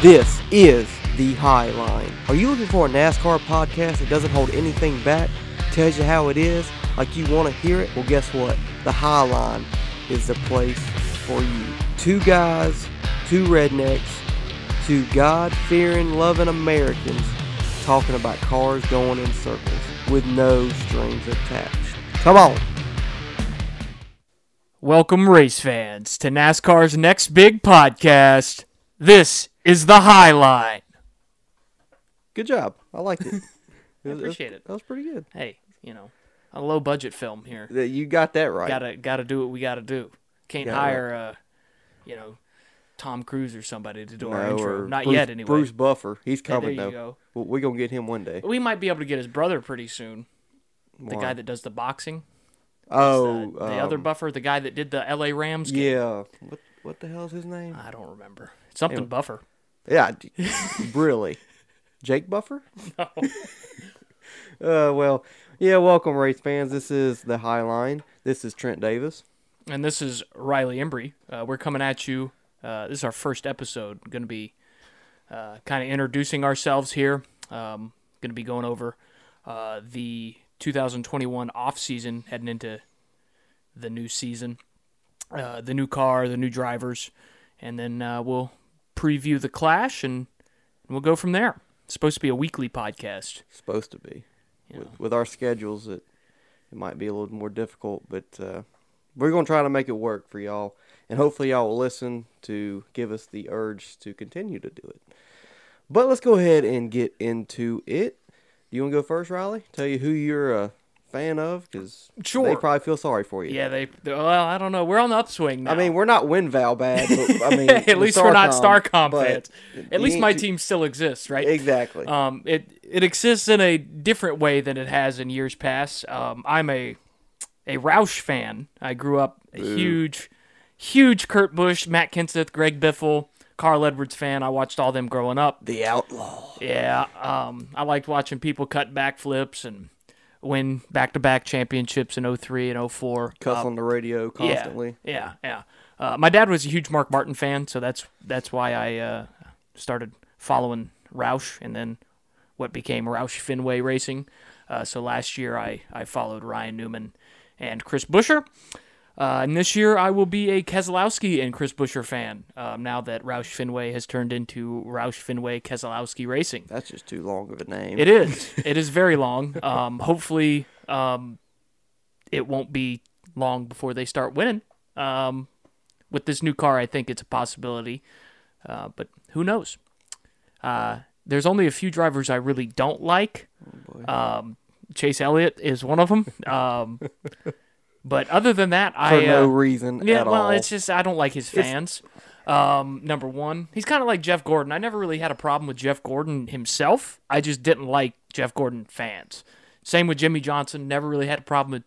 This is the High Line. Are you looking for a NASCAR podcast that doesn't hold anything back, tells you how it is, like you want to hear it? Well, guess what? The High Line is the place for you. Two guys, two rednecks, two God fearing, loving Americans talking about cars going in circles with no strings attached. Come on. Welcome, race fans, to NASCAR's next big podcast. This is the High Line. Good job. I liked it. I appreciate it. That was pretty good. Hey, you know, a low budget film here. That You got that right. Gotta gotta do what we gotta do. Can't Got it hire uh, you know, Tom Cruise or somebody to do our No, intro. or Not Bruce- yet, anyway. Bruce Buffer, he's there coming you though. go. Well, We're gonna get him one day. We might be able to get his brother pretty soon. The Why? guy that does the boxing. The, oh, the other um, buffer, the guy that did the L.A. Rams. Game. yeah. What what the hell is his name? I don't remember. Something buffer. Yeah, d- really, Jake Buffer. No. uh, well, yeah. Welcome, race fans. This is the High Line. This is Trent Davis. and this is Riley Embry. Uh, we're coming at you. Uh, this is our first episode. Going to be uh, kind of introducing ourselves here. Um, going to be going over uh, the 2021 off season, heading into the new season, uh, the new car, the new drivers, and then uh, we'll preview the clash and, and we'll go from there. It's supposed to be a weekly podcast. Supposed to be with, with our schedules, it it might be a little more difficult, but uh, we're gonna try to make it work for y'all, and hopefully y'all will listen to give us the urge to continue to do it. But let's go ahead and get into it. You want to go first, Riley? Tell you who you're a fan of, because they Sure. probably feel sorry for you. Yeah, they. Well, I don't know. We're on the upswing now. I mean, we're not WinVal bad, but I mean, at least we're not Starcom but fans. you At least ain't my too- team still exists, right? Exactly. Um, it it exists in a different way than it has in years past. Um, I'm a a Roush fan. I grew up a huge, huge Kurt Busch, Matt Kenseth, Greg Biffle, Carl Edwards fan. I watched all them growing up. the outlaw. Yeah, um, I liked watching people cut backflips and win back to back championships in 03 and 04. Cuss on the radio constantly. Yeah, yeah. yeah. Uh, my dad was a huge Mark Martin fan, so that's that's why I uh, started following Roush, and then what became Roush Fenway Racing. Uh, so last year I I followed Ryan Newman and Chris Busher. Uh, and this year, I will be a Keselowski and Chris Busher fan. Um, now that Roush Fenway has turned into Roush Fenway Keselowski Racing, That's just too long of a name. it is. It is very long. Um, hopefully, um, it won't be long before they start winning. Um, with this new car, I think it's a possibility, uh, but who knows? Uh, there's only a few drivers I really don't like. Oh, um, Chase Elliott is one of them. Um, but other than that, for I no uh, reason yeah, at well, all. it's just I don't like his fans. Um, number one, he's kind of like Jeff Gordon. I never really had a problem with Jeff Gordon himself. I just didn't like Jeff Gordon fans. Same with Jimmy Johnson. Never really had a problem with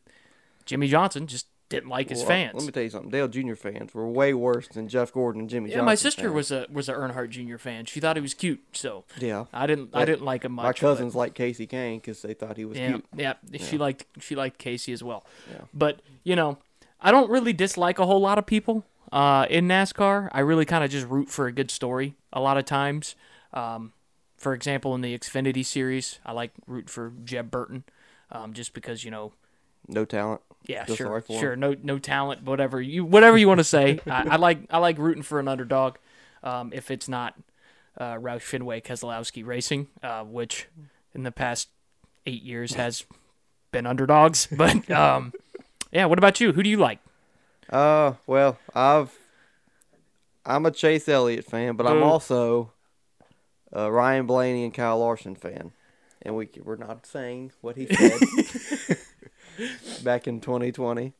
Jimmy Johnson. Just didn't like his Well, fans. Let me tell you something. Dale Jr. fans were way worse than Jeff Gordon and Jimmy yeah, Johnson. my sister fans. was a was a Earnhart Jr. fan. She thought he was cute, so Yeah. I didn't I That- didn't like him much. My but- cousins liked Casey Kane because they thought he was Yeah, cute. yeah, She liked she liked Casey as well. Yeah. But you know, I don't really dislike a whole lot of people uh, in NASCAR. I really kind of just root for a good story a lot of times. Um, for example, in the Xfinity series, I like root for Jeb Burton, um, just because you know, No talent. yeah, Feel sorry sure, for him. sure, no no talent, whatever you whatever you want to say. I, I like I like rooting for an underdog, um, if it's not uh, Roush Fenway Keselowski Racing, uh, which in the past eight years has been underdogs. But um, yeah, what about you? Who do you like? Uh, well, I've I'm a Chase Elliott fan, but I'm Boo. also a Ryan Blaney and Kyle Larson fan, and we we're not saying what he said back in 2020.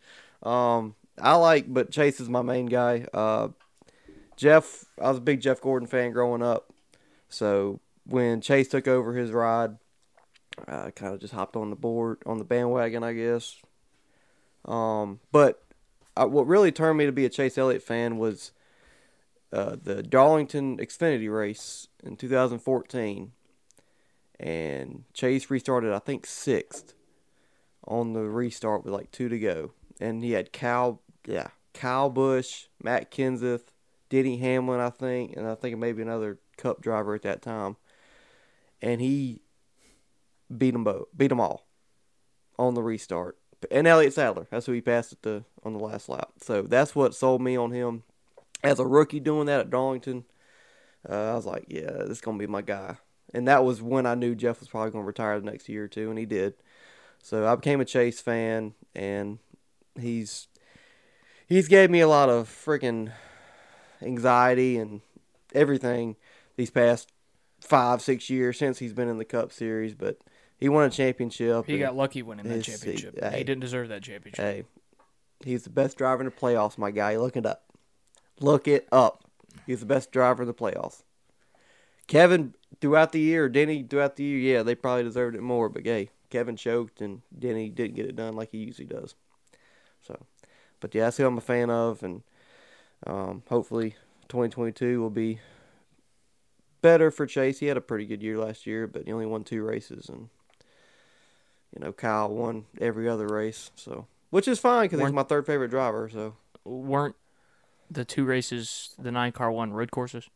Um, I like, but Chase is my main guy. Uh, Jeff, I was a big Jeff Gordon fan growing up, so when Chase took over his ride, I kind of just hopped on the board on the bandwagon, I guess. Um, but I, what really turned me to be a Chase Elliott fan was uh, the Darlington Xfinity race in 2014, and Chase restarted I think sixth on the restart with like two to go, and he had Cal yeah Kyle Busch, Matt Kenseth, Denny Hamlin I think, and I think maybe another Cup driver at that time, and he beat them both, beat them all on the restart. And Elliott Sadler, that's who he passed it to on the last lap. So that's what sold me on him as a rookie doing that at Darlington. Uh, I was like, yeah, this is gonna be my guy. And that was when I knew Jeff was probably gonna retire the next year or two, and he did. So I became a Chase fan, and he's he's gave me a lot of freaking anxiety and everything these past five six years since he's been in the Cup Series. But he won a championship. He and- got lucky winning that It's- championship. hey. He didn't deserve that championship. Hey, he's the best driver in the playoffs, my guy. Look it up. Look it up. He's the best driver in the playoffs. Kevin, throughout the year, Denny, throughout the year, yeah, they probably deserved it more, but hey, Kevin choked and Denny didn't get it done like he usually does. So, but yeah, that's who I'm a fan of, and um, hopefully 2022 will be better for Chase. He had a pretty good year last year, but he only won two races, and you know Kyle won every other race, so which is fine because he's Weren't- my third favorite driver. So Weren't the two races the nine car one road courses?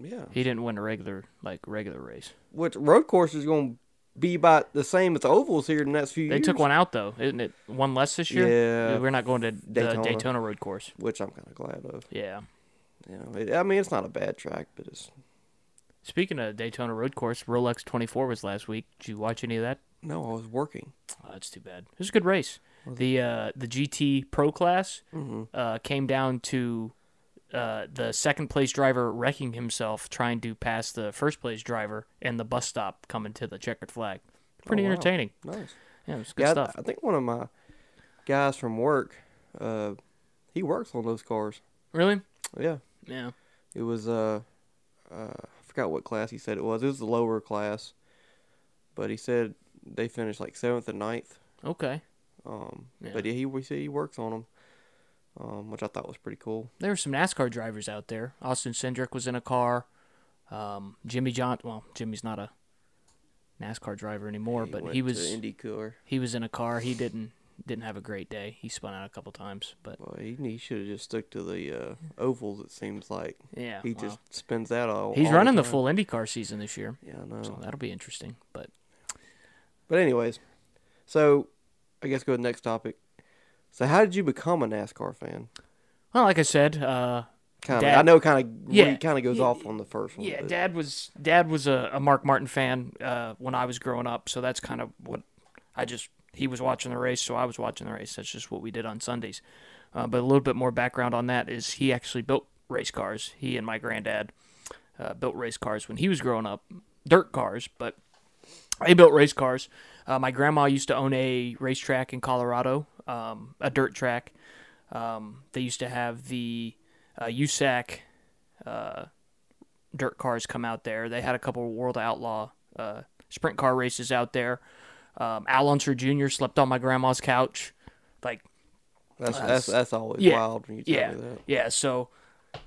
yeah, He didn't win a regular like regular race. which road course is going to be about the same as the ovals here in the next few They years? took one out though, isn't it? One less this year. Yeah. we're not going to Daytona. the Daytona road course. which I'm kind of glad of. Yeah. You know, it, I mean, it's not a bad track, but it's Speaking of Daytona road course, Rolex 24 was last week. Did you watch any of that? no, I was working. Oh, that's too bad. It was a good race. The uh, the GT Pro class Mm-hmm. uh, came down to uh, the second place driver wrecking himself trying to pass the first place driver and the bus stop coming to the checkered flag. Pretty Oh, wow. entertaining. Nice. Yeah, it was good yeah, I- stuff. I, think one of my guys from work, uh, he works on those cars. Really? Yeah, Yeah. it was uh, uh, I forgot what class he said it was. It was the lower class, but he said they finished like seventh and ninth. Okay. Um, Yeah. but yeah, he we see he works on them, um, which I thought was pretty cool. There were some NASCAR drivers out there. Austin Cindric was in a car. Um, Jimmy John. Well, Jimmy's not a NASCAR driver anymore, but went he to was IndyCar. he was in a car. He didn't didn't have a great day. He spun out a couple times, but Boy, he, he should have just stuck to the uh, ovals. It seems like yeah, he wow. just spins that all. he's all running the time. Oh. full IndyCar season this year, Yeah, I know. so that'll be interesting. But But anyways, so I guess go to the next topic. So how did you become a NASCAR fan? well, like I said, uh, Kind of, Dad- I know, kind of, Yeah. yeah, kind of goes Yeah, off on the first one. yeah, but- Dad was Dad was a, a Mark Martin fan uh, when I was growing up, so that's kind of what I just he was watching the race, so I was watching the race. That's just what we did on Sundays. Uh, but a little bit more background on that is he actually built race cars. He and my granddad uh, built race cars when he was growing up, dirt cars, but they built race cars. Uh, my grandma used to own a racetrack in Colorado, um, a dirt track. Um, they used to have the uh, USAC uh, dirt cars come out there. They had a couple of World Outlaw uh, sprint car races out there. Um, Al Unser Jr. slept on my grandma's couch. Like, that's that's that's always yeah, wild when you tell yeah, me that. yeah. So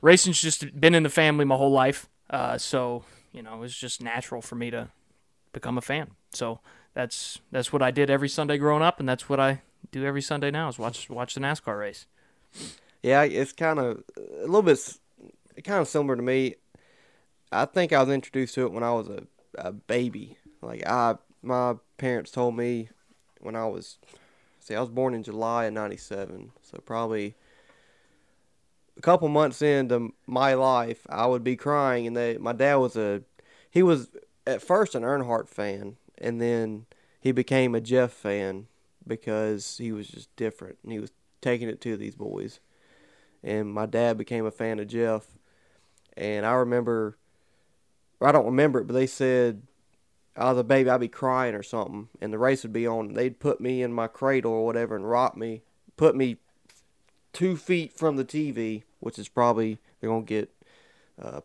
racing's just been in the family my whole life. Uh, so you know, it was just natural for me to become a fan. So that's that's what I did every Sunday growing up, and that's what I do every Sunday now is watch watch the NASCAR race. Yeah, it's kind of a little bit, s- kind of similar to me. I think I was introduced to it when I was a, a baby. Like I, my parents told me when I was, see, I was born in July of '97, so probably a couple months into my life, I would be crying, and they, my dad was a, he was at first an Earnhardt fan, and then he became a Jeff fan because he was just different, and he was taking it to these boys and my dad became a fan of Jeff. And I remember, or I don't remember it, but they said I was a baby, I'd be crying or something, and the race would be on. They'd put me in my cradle or whatever and rock me, put me two feet from the TV, which is probably they're gonna get uh,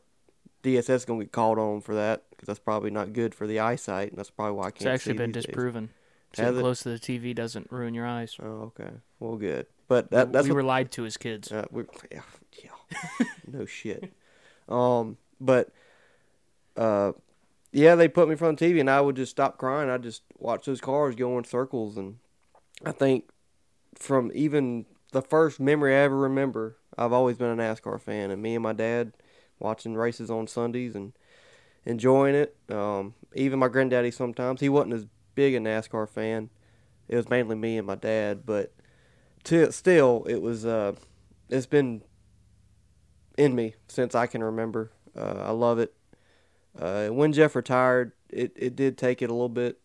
DSS gonna get called on for that because that's probably not good for the eyesight, and that's probably why I can't. It's actually see been these days. disproven. Has Sitting it? close to the TV doesn't ruin your eyes. Oh, okay. Well, good. But that, that's we what were lied to as kids. Uh, we, yeah, yeah. no shit. Um, but uh, yeah, they put me in front of the TV, and I would just stop crying. I just watch those cars go in circles, and I think from even the first memory I ever remember, I've always been a NASCAR fan, and me and my dad, watching races on Sundays and enjoying it. Um, even my granddaddy sometimes he wasn't as big a NASCAR fan. It was mainly me and my dad, but to, still it was uh, it's been in me since I can remember. Uh, I love it. Uh, when Jeff retired, it, it did take it a little bit,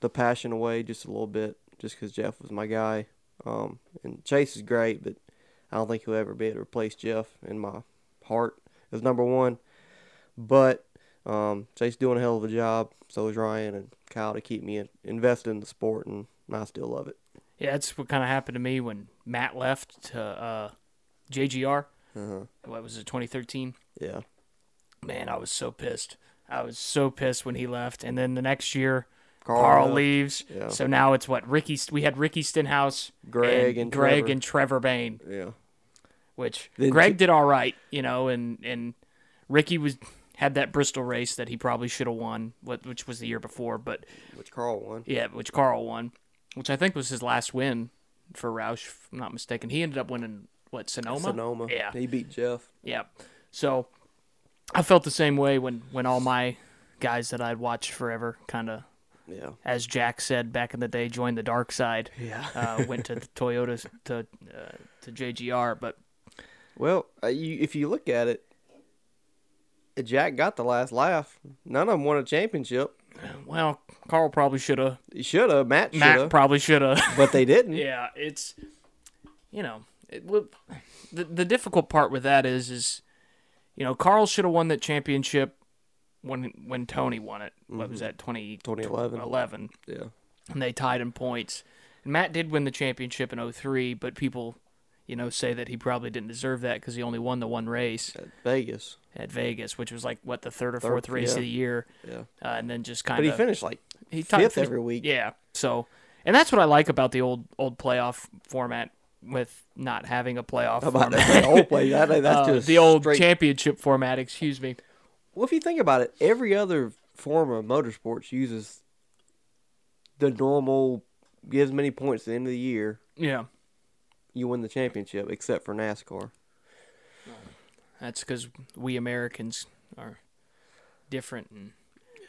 the passion away just a little bit, just because Jeff was my guy. Um, and Chase is great, but I don't think he'll ever be able to replace Jeff in my heart as number one. But um, Chase doing a hell of a job. So is Ryan and Kyle to keep me in, invested in the sport, and I still love it. Yeah, that's what kind of happened to me when Matt left to uh, JGR. Uh-huh. What was it, 2013? Yeah. Man, I was so pissed. I was so pissed when he left. And then the next year, Carl Carl, left. leaves. Yeah. So now it's what Ricky. We had Ricky Stenhouse, Greg and Greg Trevor. and Trevor Bain, Yeah. which Then Greg J- did all right, you know, and and Ricky was had that Bristol race that he probably should have won, what which was the year before, but Which Carl won. yeah, which Carl won, which I think was his last win for Roush, if I'm not mistaken. He ended up winning what Sonoma. Sonoma. Yeah. He beat Jeff. Yeah. So I felt the same way when when all my guys that I'd watched forever kind of Yeah. as Jack said back in the day joined the dark side. Yeah. uh, went to the Toyota to uh, to JGR, but Well, uh, you, if you look at it, Jack got the last laugh. None of them won a championship. well, Carl probably should have. He should have. Matt should Matt have. probably should have. but they didn't. yeah, it's you know it, well, the the difficult part with that is is you know Carl should have won that championship when when Tony won it. What Mm-hmm. was that 20, 2011. 11. Yeah. and they tied in points. And Matt did win the championship in 03, but people, you know, say that he probably didn't deserve that because he only won the one race At Vegas. at Vegas, which was like what the third or Third, fourth race yeah. of the year, Yeah. uh, and then just kind But of he finished like he tied fifth for- every week. Yeah, so and that's what I like about the old old playoff format with not having a playoff How about format. that? The old play. That, that's Uh, just the old straight- championship format, excuse me. Well, if you think about it, every other form of motorsports uses the normal, get as many points at the end of the year, Yeah, you win the championship, except for NASCAR. That's because we Americans are different. And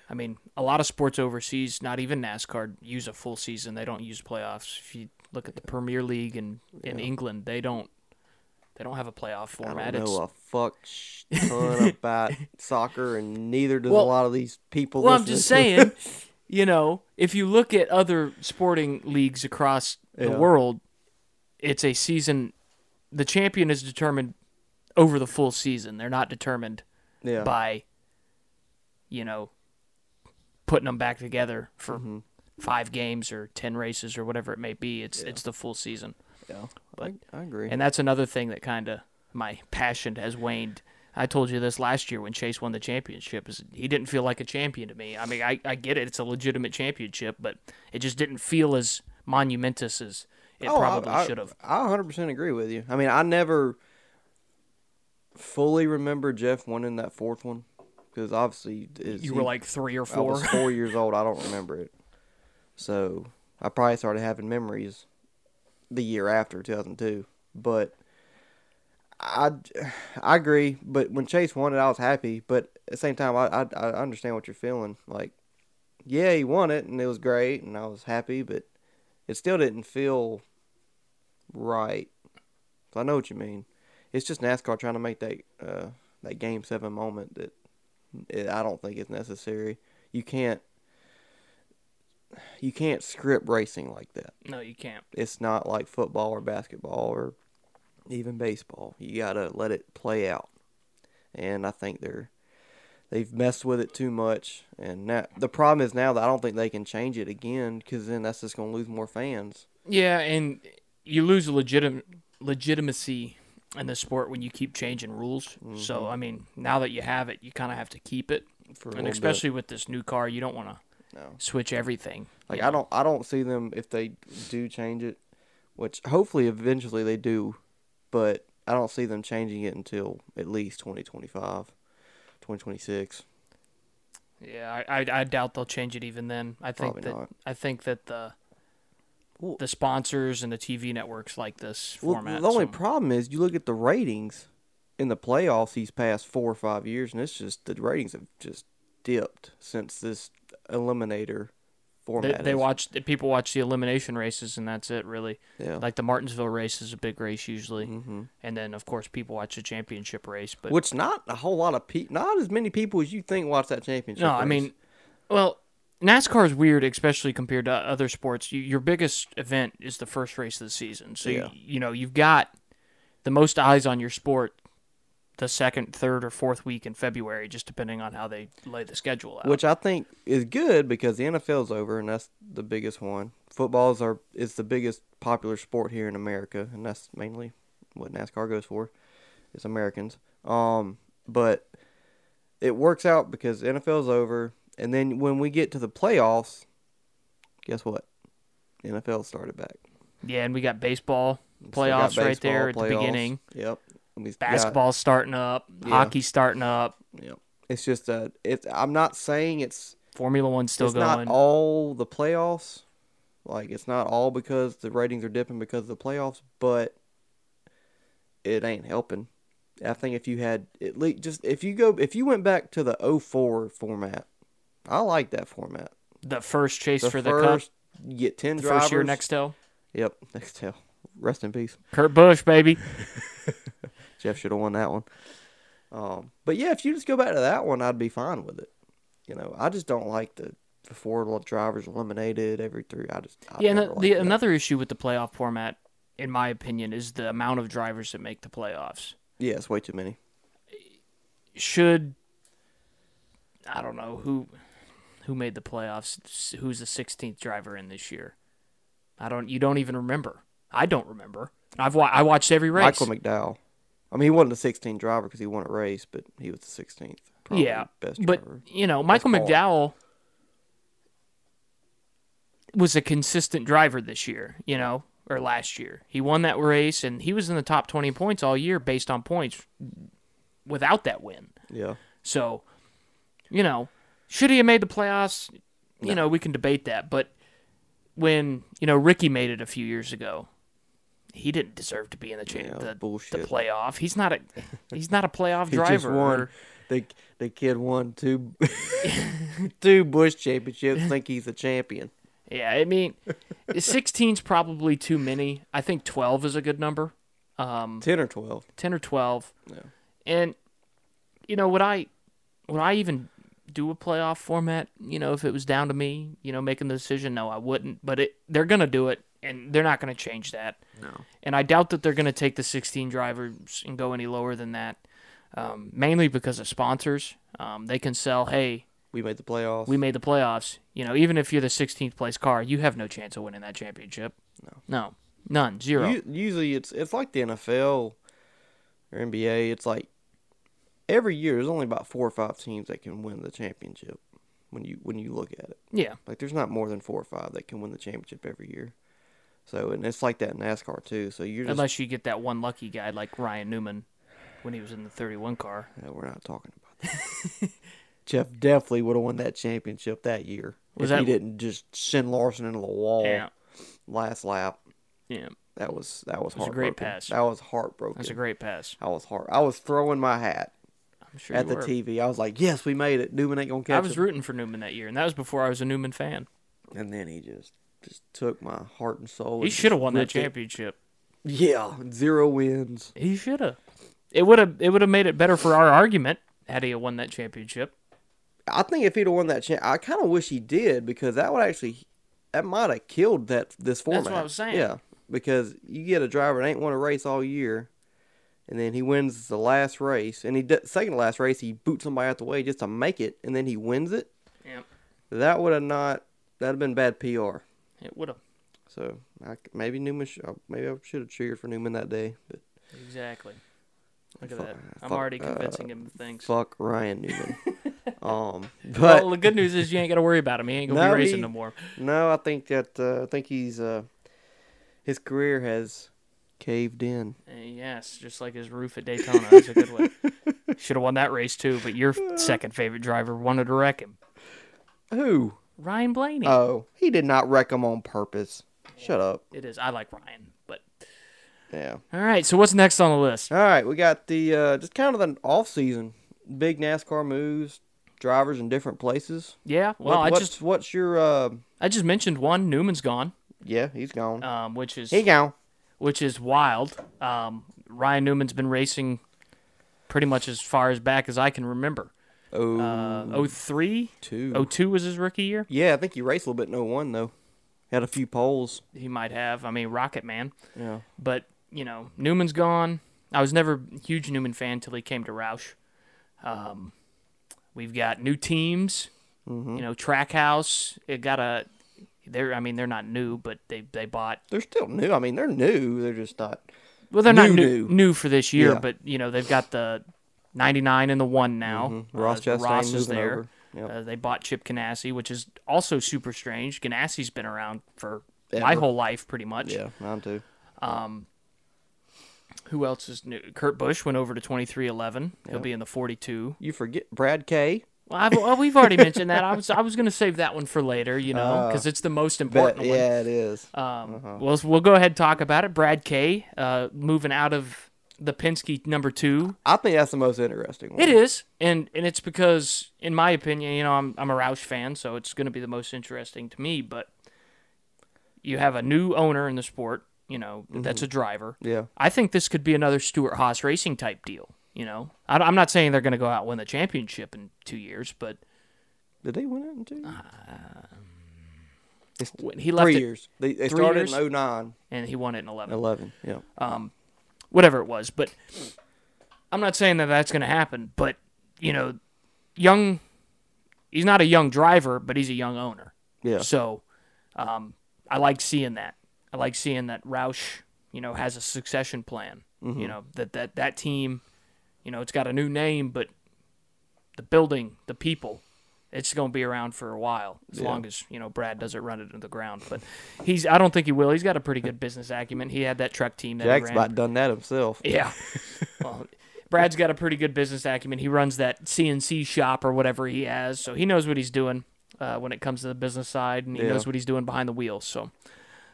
I mean, a lot of sports overseas, not even NASCAR, use a full season. They don't use playoffs. If you look at the Premier League in, in England, they don't they don't have a playoff I format. don't know It's, a fuck sh- ton about soccer, and neither does Well- a lot of these people. well, I'm listening just to this. saying, you know, if you look at other sporting leagues across the Yeah. world, it's a season. The champion is determined over the full season. They're not determined yeah, by you know putting them back together for Mm-hmm. five games or 10 races or whatever it may be it's it's the full season yeah. but- I, I agree. and that's another thing that kind of my passion has waned I told you this last year when Chase won the championship is he didn't feel like a champion to me. I mean, I, I get it; it's a legitimate championship, but it just didn't feel as monumentous as it Oh, I- I- probably should have. I 100% agree with you. I mean, I never fully remember Jeff winning that fourth one because obviously it's- You he- were like three or I four. was four years old. I don't remember it. So I probably started having memories the year after 2002. But I, I agree. But when Chase won it, I was happy. But at the same time, I, I, I understand what you're feeling. Like, yeah, he won it and it was great and I was happy, but it still didn't feel right. So I know what you mean. It's just NASCAR trying to make that uh, that Game Seven moment that it, I don't think is necessary. You can't you can't script racing like that. no, you can't. It's not like football or basketball or even baseball. You gotta let it play out. And I think they're they've messed with it too much. And now, the problem is now that I don't think they can change it again because then that's just gonna lose more fans. Yeah, and you lose legitim- legitimacy in the sport when you keep changing rules. So I mean, now that you have it, you kind of have to keep it, Mm-hmm. For a little and bit. especially with this new car, you don't want to No. switch everything. Like I don't I don't see them if they do change it, which hopefully eventually they do, but I don't see them changing it until at least 2025, 2026. Yeah, I, I, I doubt they'll change it even then. I think Probably that not. I think that the Well- the sponsors and the TV networks like this Well, format. the only so- problem is you look at the ratings in the playoffs these past four or five years, and it's just the ratings have just dipped since this eliminator They, format. they is- watch people watch the elimination races and that's it really. yeah. Like the Martinsville race is a big race usually, hmm and then of course people watch the championship race. But Which not a whole lot of people, not as many people as you think watch that championship. no, I race. mean, well, NASCAR is weird, especially compared to other sports. You, your biggest event is the first race of the season, so Yeah. you, you know you've got the most eyes on your sport the second, third, or fourth week in February, just depending on how they lay the schedule out. which I think is good because the NFL's over and that's the biggest one. Football's our is the biggest popular sport here in America, and that's mainly what NASCAR goes for, is Americans. Um, but it works out because NFL's over, and then when we get to the playoffs, guess what? NFL started back. yeah, and we got baseball So we got playoffs right there at baseball, the playoffs. beginning. Yep. And we've got- Basketball starting up, Yeah. hockey starting up, Yep. It's just a. It's. I'm not saying it's Formula One's still it's going. not all the playoffs. Like it's not all because the ratings are dipping because of the playoffs, but it ain't helping. I think if you had at least just if you go if you went back to the 04 format, I like that format. the first chase The for the cup, first you get ten the drivers. first year Nextel. Yep, next tail. Rest in peace. Kurt Busch, baby. Jeff should have won that one. Um, but yeah, if you just go back to that one, I'd be fine with it. You know, I just don't like the the four drivers eliminated every three. I just I yeah, and never the, liked the, that. another issue with the playoff format, in my opinion, is the amount of drivers that make the playoffs. Yeah, it's way too many. Should I don't know who who made the playoffs? s- Who's the 16th driver in this year? I don't. You don't even remember. I don't remember. I've wa- I watched every race. Michael McDowell. I mean, he wasn't the 16th driver because he won a race, but he was the 16th. Probably yeah, best but driver. you know, Michael car. McDowell was a consistent driver this year. You know, or last year, he won that race and he was in the top twenty points all year based on points without that win. Yeah, So, you know, should he have made the playoffs? You know, we can debate that, but when you know Ricky made it a few years ago, he didn't deserve to be in the cha- Yeah, the, the bullshit. playoff. He's not a he's not a playoff he driver. just won. or- The the kid won two two Bush championships. Think he's a champion. Yeah, I mean, 16's probably too many. I think 12 is a good number. Um, Ten or twelve. 10 or 12. Yeah. And you know, would I would I even do a playoff format, you know, if it was down to me, you know, making the decision? No, I wouldn't, but it they're going to do it and they're not going to change that. No. And I doubt that they're going to take the 16 drivers and go any lower than that. Um, mainly because of sponsors. Um, they can sell, hey, We made the playoffs. we made the playoffs. You know, even if you're the 16th place car, you have no chance of winning that championship. No. No. None. Zero. U- usually it's it's like the NFL or NBA. It's like every year there's only about four or five teams that can win the championship when you when you look at it. yeah. Like there's not more than four or five that can win the championship every year. So and it's like that in NASCAR too. So you're just Unless you get that one lucky guy like Ryan Newman when he was in the 31 car. Yeah, we're not talking about that. Jeff definitely would have won that championship that year Was if that- he didn't just send Larson into the wall Yeah. last lap. Yeah. That was that was, was a great heartbroken. pass. That was heartbroken. That's a great pass. I was heart. I was throwing my hat I'm sure at you the were. TV. I was like, "Yes, we made it. Newman ain't gonna catch I was him." rooting for Newman that year, and that was before I was a Newman fan. and then he just just took my heart and soul. He and should have just won that ripped it. championship. Yeah, zero wins. He should have. It would have. It would have made it better for our argument had he won that championship. I think if he'd have won that champ, I kind of wish he did because that would actually that might have killed that this format. what I was saying. Yeah, because you get a driver that ain't won a race all year, and then he wins the last race, and he d- second to last race he boots somebody out the way just to make it, and then he wins it. Yeah. That would have not. That'd have been bad PR. It would have. So I c maybe Newman. Sh- uh, maybe I should have cheered for Newman that day. But Exactly. Look at Fuck- that. I'm fuck, already uh, convincing him of things. fuck Ryan Newman. um, but well, the good news is you ain't got to worry about him. He ain't gonna No, be racing he- no more. No, I think that uh, I think he's uh, his career has caved in. Uh, yes, just like his roof at Daytona. That's a good one. Should have won that race too, but your second favorite driver wanted to wreck him. Who? Ryan Blaney. Uh, Oh, he did not wreck him on purpose. Shut up. it is. I like Ryan, but Yeah. All right. So what's next on the list? All right, we got the uh, just kind of the off season, big NASCAR moves, drivers in different places. Yeah. Well, What- I what's, just what's your uh, I just mentioned one. Newman's gone, yeah, he's gone. um, which is he gone. which is wild. Um, Ryan Newman's been racing pretty much as far as back as I can remember. Oh, Uh, oh, 03? two. 02 was his rookie year. Yeah, I think he raced a little bit in 01, though. Had a few poles. He might have. I mean, Rocket Man. Yeah. But, you know, Newman's gone. I was never a huge Newman fan until he came to Roush. Um, we've got new teams. Mm-hmm. You know, Trackhouse. It got a. They're. I mean, they're not new, but they they bought. They're still new. I mean, they're new. They're just not. Well, they're not New, new, new. new for this year, Yeah. but you know they've got the ninety nine and the one now. Mm-hmm. Uh, Ross Chastain Ross is moving there. over. Yep. Uh, they bought Chip Ganassi, which is also super strange. Ganassi's been around for my Ever. whole life, pretty much. Yeah, mine too. Who else is new? Kurt Busch went over to twenty three eleven. He'll be in the forty two. You forget Brad K. Well, I've, well, we've already mentioned that. I was I was going to save that one for later, you know, because it's the most important Uh, But one. yeah, Uh-huh. it is. Um, Well, we'll go ahead and talk about it. Brad K. Uh, moving out of the Penske number two. I think that's the most interesting one. It is, and and it's because, in my opinion, you know, I'm I'm a Roush fan, so it's going to be the most interesting to me. But you have a new owner in the sport, you know, that's Mm-hmm. a driver. Yeah. I think this could be another Stuart Haas Racing type deal. You know, I, am not saying they're going to go out and win the championship in two years, but Did they win it in two? It's when he left three it, years. They, they three started years? in 09, and he won it in 11, 11. Yeah. whatever it was. But I'm not saying that that's going to happen. But you know, young, he's not a young driver, but he's a young owner. yeah. So um, I like seeing that. I like seeing that Roush, you know, has a succession plan. Mm-hmm. You know that that that team, you know, it's got a new name, but the building, the people, it's going to be around for a while as long as you know Brad doesn't run it into the ground. But he's I don't think he will. He's got a pretty good business acumen. He had that truck team that Jack's he ran. about done that himself. Yeah. well, Brad's got a pretty good business acumen. He runs that CNC shop or whatever he has, so he knows what he's doing uh, when it comes to the business side, and he Yeah. knows what he's doing behind the wheel. So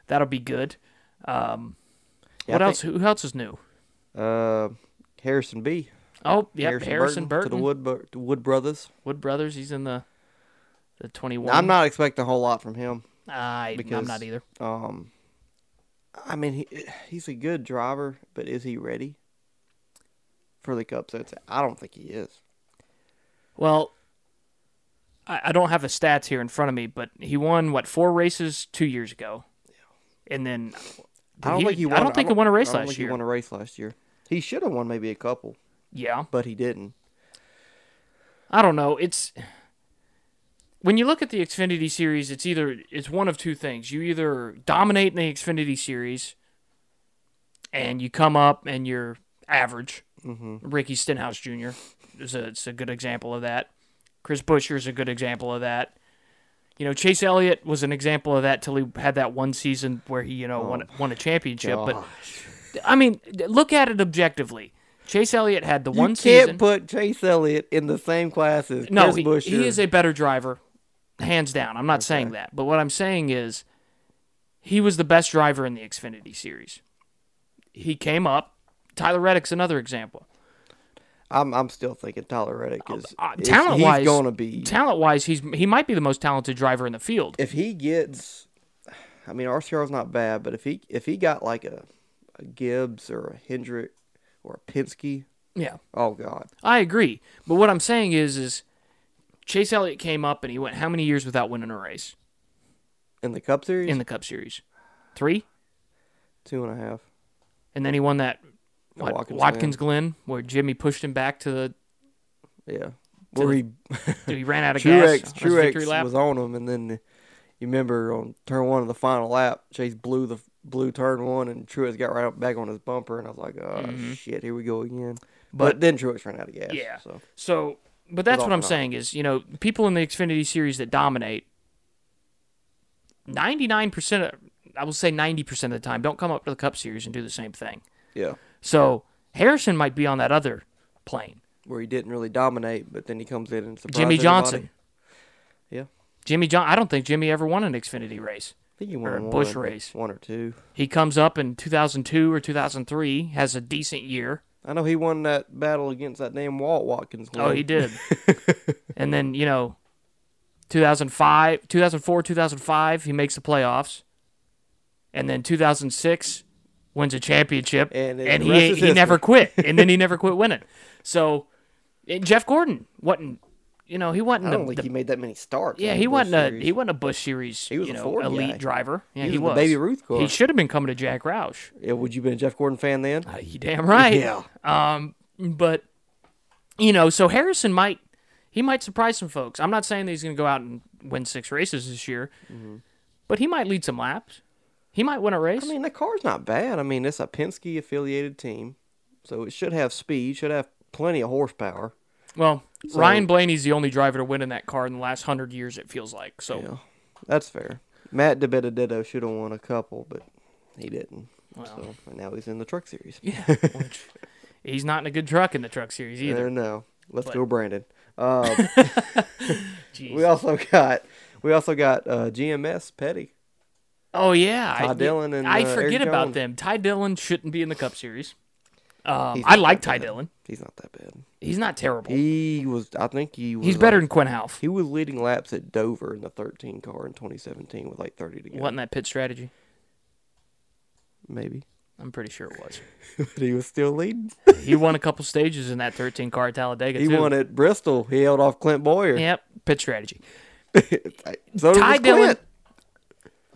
that'll be good. Um, Yeah, what I else? Who else is new? Uh, Harrison B. Oh, yeah, Harrison, Burton, to the Wood, Bur- to Wood Brothers. Wood Brothers. He's in the the twenty one. I'm not expecting a whole lot from him. I, I'm because- not either. Um, I mean, he, he's a good driver, but is he ready for the Cup? So it's, I don't think he is. Well, I, I don't have the stats here in front of me, but he won what four races two years ago, and then I don't think he. Won, I don't think he won a race I don't last think year. He won a race last year. He should have won maybe a couple, yeah. but he didn't. I don't know. It's when you look at the Xfinity series, it's either it's one of two things. You either dominate in the Xfinity series and you come up and you're average. Mm-hmm. Ricky Stenhouse Jr. is a, it's a good example of that. Chris Buescher is a good example of that. You know, Chase Elliott was an example of that till he had that one season where he, you know, won Oh. won a championship. But I mean, look at it objectively. Chase Elliott had the You one can't season. put Chase Elliott in the same class as No, Chris he, Buescher. he is a better driver, hands down. I'm not saying that, but what I'm saying is he was the best driver in the Xfinity series. He came up. Tyler Reddick's another example. I'm I'm still thinking Tyler Reddick is, Uh, is- talent he's wise, gonna be talent wise, he's he might be the most talented driver in the field. if he gets. I mean, RCR's not bad, but if he if he got like a, a Gibbs or a Hendrick or a Penske, Yeah, oh god, I agree. But what I'm saying is, is Chase Elliott came up and he went how many years without winning a race in the Cup Series, in the Cup Series? Three, two and a half. and then he won that The what, Watkins Watkins, Glen. Glen where Jimmy pushed him back to the. Yeah, where he He ran out of Truex gas. on his victory Truex lap. was on him, and then you remember on turn one of the final lap, Chase blew the blew turn one, and Truex got right up back on his bumper, and I was like, oh shit, here we go again. But, then Truex ran out of gas. Mm-hmm. Yeah. So So, but that's all what I'm phenomenal. saying is, you know, people in the Xfinity series that dominate, 99% of, I will say 90% of the time, don't come up to the Cup Series and do the same thing. yeah, So, Harrison might be on that other plane. where he didn't really dominate, but then he comes in and surprises Jimmy Johnson. everybody. Jimmy John, I don't think Jimmy ever won an Xfinity race. Yeah, think he won Or a one, bush but race. one or two. He comes up in 2002 or 2003, has a decent year. I know he won that battle against that damn Walt Watkins. Oh, kid. he did. and then, you know, 2005, 2004, 2005, he makes the playoffs. And then 2006 wins a championship And and, the rest he is he never history. quit. And then he never quit winning. So, and Jeff Gordon wasn't you know, he wasn't I don't the, think the- he made that many starts. yeah, on he Busch wasn't a Series. he wasn't a Bush series He was you a know, Ford elite guy. driver. Yeah, He he, was the Baby Ruth He car. should have been coming to Jack Roush. Yeah, would you been a Jeff Gordon fan then? Uh, You damn right. Yeah. Um, but you know, so Harrison might he might surprise some folks. I'm not saying that he's going to go out and win six races this year, but he might lead some laps. He might win a race. Mm-hmm. I mean, the car's not bad. I mean, it's a Penske affiliated team, so it should have speed, should have plenty of horsepower. well, Ryan Blaney's the only driver to win in that car in the last hundred years. It feels like so. Yeah, that's fair. Matt DiBenedetto should have won a couple, but he didn't. So and now he's in the truck series. Yeah. which, he's not in a good truck in the Truck Series either. There now. Let's But- go, Brandon. Um, Jeez. we also got we also got uh, GMS Petty. oh yeah, Ty I, Dillon and, I uh, forget Eric about Jones. them. Ty Dillon shouldn't be in the Cup Series. Um, He's I not like that Ty bad. Dillon. He's not that bad. He's not terrible. He was. I think he was. he's better like- than Quinn Half. he was leading laps at Dover in the 13 car in 2017 with like 30 to go. Wasn't that pit strategy? Maybe. I'm pretty sure it was. but he was still leading. He won a couple stages in that 13 car at Talladega. He too. won at Bristol. He held off Clint Boyer. Yep, pit strategy. So Ty Ty Dillon. Dillon.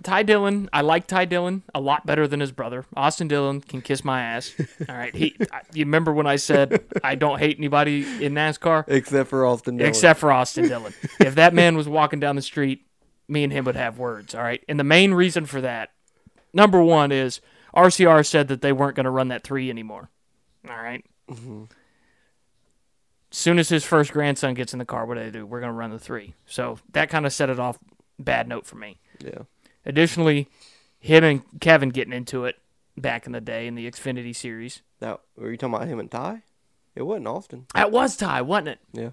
Ty Dillon, I like Ty Dillon a lot better than his brother. Austin Dillon can kiss my ass. All right, he. I, you remember when I said I don't hate anybody in NASCAR Except for Austin Dillon. except for Austin Dillon. If that man was walking down the street, me and him would have words. All right, and the main reason for that, number one, is RCR said that they weren't going to run that three anymore. All right. Mm-hmm. soon as his first grandson gets in the car, what do they do? We're going to run the three. So that kind of set it off bad note for me. Yeah. Additionally, him and Kevin getting into it back in the day in the Xfinity series. Now, were you talking about him and Ty? It wasn't Austin. That was Ty, wasn't it? Yeah.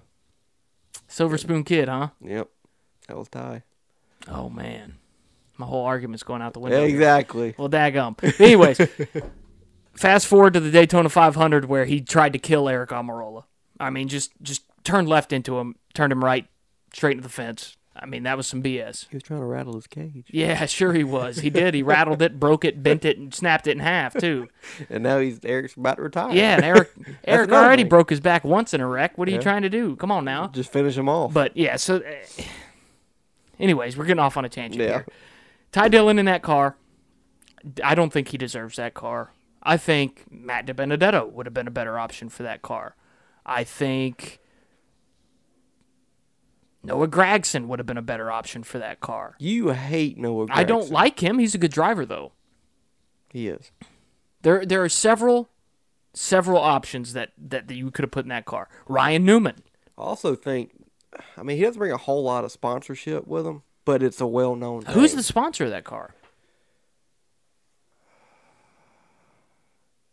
Silver Spoon Kid, huh? Yep. That was Ty. Oh, man. My whole argument's going out the window. here. Exactly. Well, daggum. Anyways, fast forward to the Daytona 500 where he tried to kill Eric Amarola. I mean, just just turned left into him, turned him right, straight into the fence. I mean, that was some BS. He was trying to rattle his cage. Yeah, sure he was. He did. He rattled it, broke it, bent it, and snapped it in half too. And now he's Eric's about to retire. Yeah, and Eric Eric another already thing. broke his back once in a wreck. What are you Yeah. trying to do? Come on now. Just finish him off. But yeah, so eh, anyways, we're getting off on a tangent Yeah. here. Ty Dillon in that car. I don't think he deserves that car. I think Matt DiBenedetto would have been a better option for that car. I think Noah Gregson would have been a better option for that car. you hate Noah. Gregson. I don't like him. He's a good driver though. He is. There there are several several options that, that, that you could have put in that car. Ryan Newman. I also think, I mean, he doesn't bring a whole lot of sponsorship with him, but it's a well-known. Who's name. the sponsor of that car?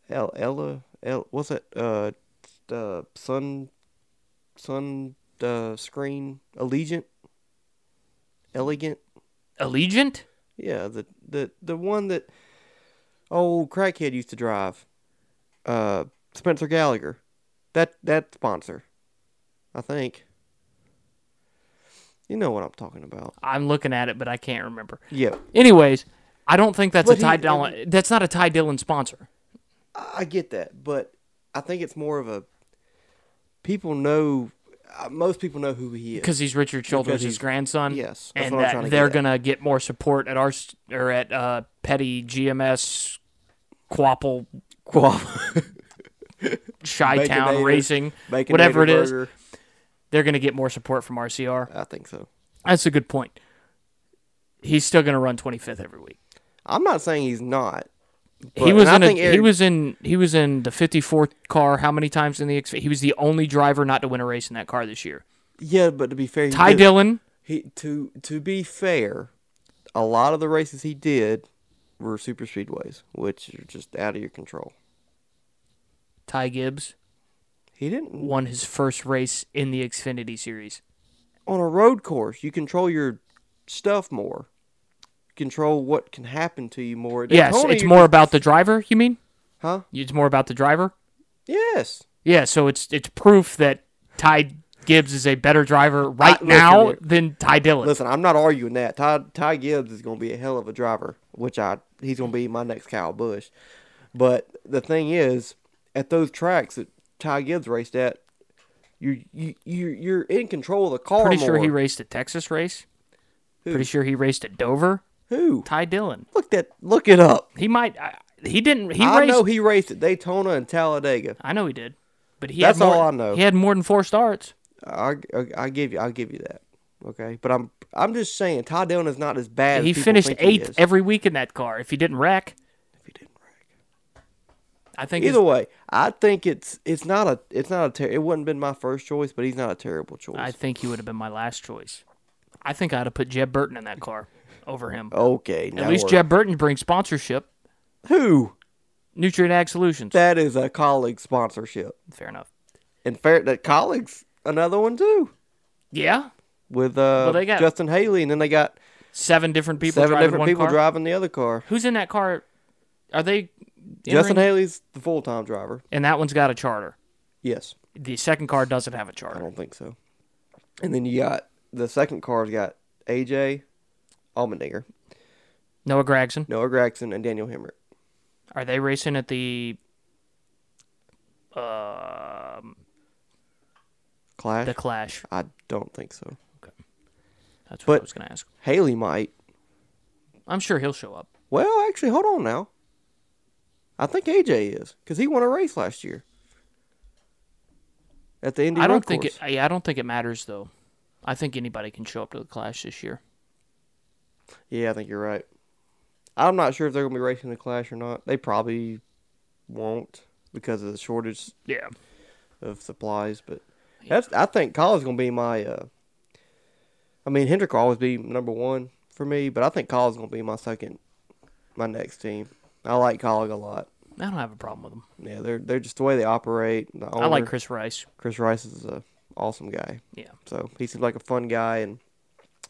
El Ella El what's it? Uh uh Sun Sun uh screen Allegiant Elegant? Allegiant? Yeah, the the the one that old crackhead used to drive. Uh Spencer Gallagher. That that sponsor. I think. You know what I'm talking about. I'm looking at it, but I can't remember. Yeah. Anyways, I don't think that's But a he- Ty Dillon. that's not a Ty Dillon sponsor. I I get that, but I think it's more of a people know uh, most people know who he is. because he's Richard Childress' he's- grandson. yes, that's and what I'm that trying to get they're at. gonna get more support at our s- or at uh, Petty GMS Quapple Chi Town Baconator. Racing, Baconator whatever it is. burger. They're gonna get more support from RCR. I think so. That's a good point. He's still gonna run 25th every week. I'm not saying he's not. he but- was and I in a, think he Eric- was in he was in the 54th car. How many times in the X? He was the only driver not to win a race in that car this year. Yeah, but to be fair, he Ty did- Dillon, He to to be fair, a lot of the races he did were super speedways, which are just out of your control. Ty Gibbs He didn't won his first race in the Xfinity Series. on a road course. You control your stuff more. control what can happen to you more. At Yes, Daytona, it's you- more about the driver. You mean? Huh? It's more about the driver. Yes. Yeah, so it's it's proof that Ty Gibbs is a better driver right listen now here. than Ty Dillon. Listen, I'm not arguing that. Ty Ty Gibbs is going to be a hell of a driver, which I he's going to be my next Kyle Busch. But the thing is, at those tracks that Ty Gibbs raced at, you you you you're in control of the car Pretty sure more. he raced a Texas race. Pretty sure he raced at Dover. Who? Ty Dillon. Look that look it up. He might. I, he didn't. He I raced. know he raced at Daytona and Talladega. I know he did. But he That's had more, all I know. He had more than four starts. I, I I give you I give you that. Okay, but I'm I'm just saying Ty Dillon is not as bad. he as people finished think he eighth is. every week in that car. If he didn't wreck, If he didn't wreck. I think Either his, way, I think it's it's not a it's not a ter- it wouldn't have been my first choice, but he's not a terrible choice. I think he would have been my last choice. I think I'd have put Jeb Burton in that car Oh, over him. okay, now At least we're- Jeb Burton brings sponsorship. who Nutrient Ag Solutions. that is a colleague sponsorship, Fair enough. and fair that colleagues another one too Yeah, with uh Well, they got- Justin Haley, and then they got seven different people seven driving different one people car. driving the other car. Who's in that car? Are they? Justin entering- Haley's the full time driver. and that one's got a charter. Yes, The second car doesn't have a I charter. don't think so. And then you got the second car's got AJ Allmendinger, Noah Gregson. Noah Gregson, and Daniel Hemrick. Are they racing at the? Um, Clash? the Clash. I don't think so. That's what I But- was going to ask. Haley might. I'm sure he'll show up. Well, actually, hold on now. I think AJ is because he won a race last year at the Indy. I Road don't think Course. it. I I don't think it matters though. I think anybody can show up to the Clash this year. Yeah, I think you're right. I'm not sure if they're gonna be racing the Clash or not. They probably won't because of the shortage Yeah. of supplies. But that's I think Kyle's gonna be my. Uh, I mean, Hendrick will always be number one for me, but I think Kyle's gonna be my second, my next team. I like Kyle a lot. I don't have a problem with him. Yeah, they're they're just the way they operate. The I owner. like Chris Rice. Chris Rice is a awesome guy. Yeah. So he seems like a fun guy, and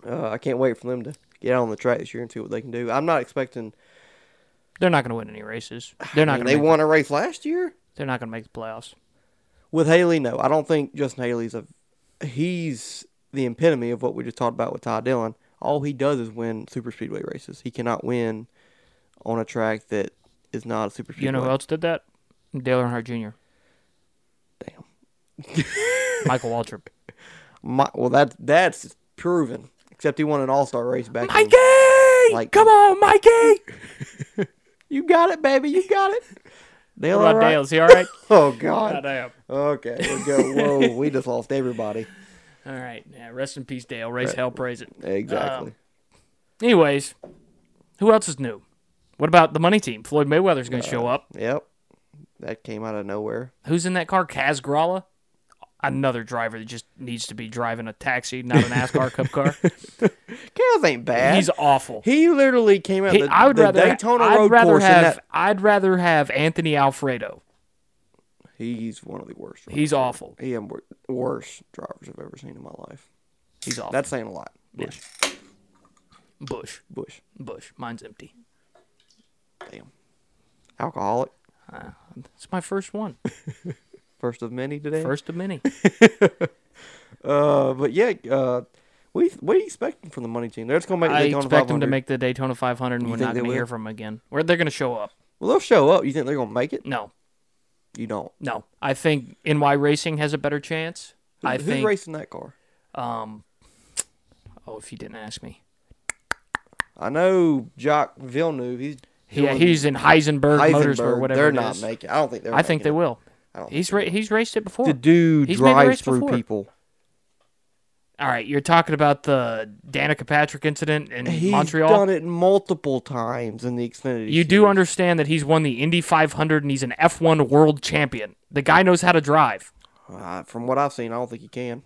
uh, I can't wait for them to get out on the track this year and see what they can do. I'm not expecting. They're not going to win any races. They're I not mean, going they to. won a race last year They're not going to make the playoffs. with Haley. No, I don't think Justin Haley's a. He's the epitome of what we just talked about with Ty Dillon. All he does is win super speedway races. He cannot win on a track that is not a super speedway. You know who else did that? Dale Earnhardt Jr. Damn. Michael Waltrip. My, well, that that's proven. Except he won an All Star race Oh back. in- Mikey, Like- come on, Mikey. You got it, baby. You got it. Dale, What about all right? Dale? Is he all right? Oh God. Goddamn. Okay, we go. Whoa, we just lost everybody. All right. Yeah, rest in peace, Dale. Raise hell, praise it. Exactly. Anyways, who else is new? What about the money team? Floyd Mayweather's going to show up. Um, yep, that came out of nowhere. Who's in that car? Kaz Gralla? Another driver that just needs to be driving a taxi, not an NASCAR Cup car. Kaz ain't bad. He's awful. he literally came out He- the, I would the rather Daytona I'd Road rather Course. and have that, I'd rather have Anthony Alfredo. he's one of the worst. He, He's awful. he am wor- worst drivers I've ever seen in my life. He's awful. That's saying a lot. Bush, Bush. Bush, Bush. Mine's empty. damn, alcoholic. It's my first one. First of many today. First of many. Uh, but yeah, uh, we what are you expecting from the money team? They're just gonna make. the I Daytona expect them to 500. make the Daytona 500, and we're think not they going to hear will? from them again. Where they're going to show up? Well, they'll show up. You think they're gonna make it? No, You don't. no. I think NY Racing has a better chance. I Who- think. who's racing that car? Um. Oh, if you didn't ask me. I know Jock Villeneuve. He's Yeah, doing he's in Heisenberg, Motorsport, Heisenberg. whatever. They're it not is. making. I don't think they're. I think they making it. will. I don't He's ra- he's raced it before. The dude He's made the drives race through before. people. All right, you're talking about the Danica Patrick incident in He's Montreal. done it multiple times in the Xfinity. You do Series. understand that he's won the Indy 500 and he's an F1 world champion. The guy knows how to drive. Uh, from what I've seen, I don't think he can.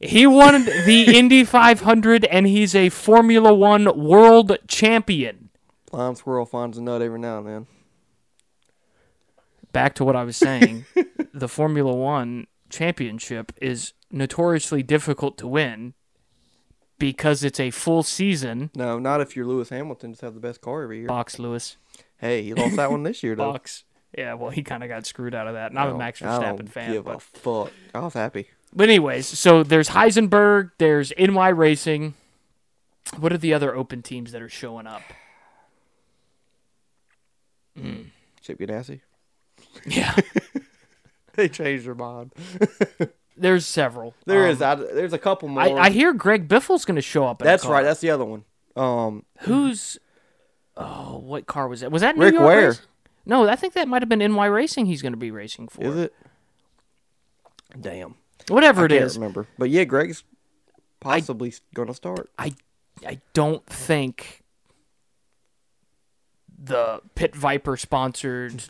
He won the Indy 500 and he's a Formula One world champion. Lime squirrel finds a nut every now and then. Back to what I was saying, the Formula One championship is notoriously difficult to win because it's a full season. No, not if you're Lewis Hamilton. Just have the best car every year. Box Lewis. Hey, he lost that one this year though. Box. Yeah, well, he kind of got screwed out of that. And I'm a Oh, Max I don't Verstappen fan. Give but a fuck. I was happy. But anyways, so there's Heisenberg, there's NY Racing. What are the other open teams that are showing up? Chip Ganassi. Yeah, They changed their mind. there's several. There Um, is. I, there's a couple more. I, I hear Greg Biffle's going to show up. In a That's car. right. That's the other one. Um, Who's? Oh, what car was that? Was that New Rick York Ware. Race- No, I think that might have been NY Racing. He's going to be racing for. is it? Damn. Whatever it Can't is, remember. But yeah, Greg's possibly gonna start. I I don't think the Pit Viper sponsored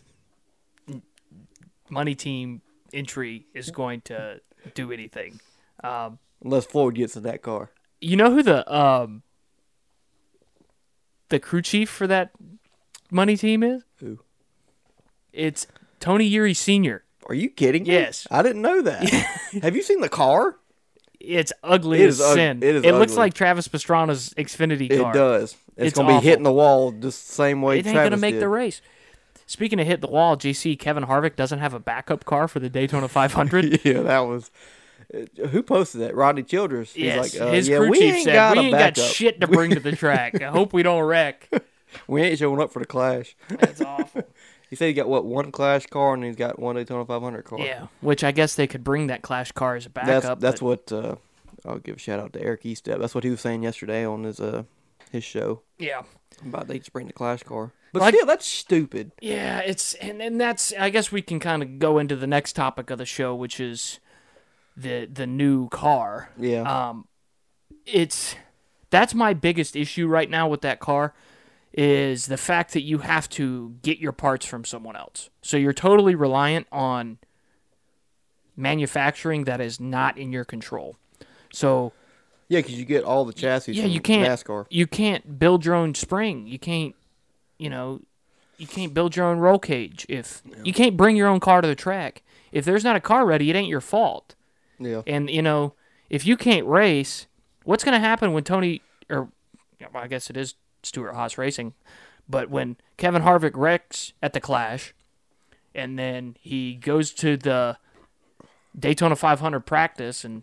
money team entry is going to do anything. Um, Unless Floyd gets in that car. you know who the um, the crew chief for that money team is? Who? It's Tony Yuri Senior. Are you kidding me? Yes. I didn't know that. Have you seen the car? It's ugly It as is ug- sin. it is looks ugly. like Travis Pastrana's Xfinity It car. does. It's, It's gonna awful. be hitting the wall just the same way It ain't Travis gonna make did. the race. Speaking of hit the wall, GC Kevin Harvick doesn't have a backup car for the Daytona 500. Yeah, that was. uh, Who posted that? Rodney Childress. He's yes, like, uh, his yeah, crew we chief ain't said got we a ain't got backup. shit to bring to the track. I hope we don't wreck. We ain't showing up for the clash. That's awful. He said he got what one clash car and he's got one Daytona 500 car. Yeah, which I guess they could bring that Clash car as a backup. that's that's but, what uh, I'll give a shout out to Eric Eastep. That's what he was saying yesterday on his uh his show yeah, about they just bring the clash car. But Like- still, that's stupid. yeah. It's and and that's I guess we can kind of go into the next topic of the show, which is the the new car. Yeah, um it's that's my biggest issue right now with that car is the fact that you have to get your parts from someone else so you're totally reliant on manufacturing that is not in your control so yeah, because you get all the chassis. yeah from you can't NASCAR. you can't build your own spring you can't you know you can't build your own roll cage if you can't bring your own car to the track if there's not a car ready it ain't your fault Yeah, and you know, if you can't race, what's going to happen when Tony or well, I guess it is Stuart Haas Racing, but when Kevin Harvick wrecks at the Clash, and then he goes to the Daytona 500 practice, and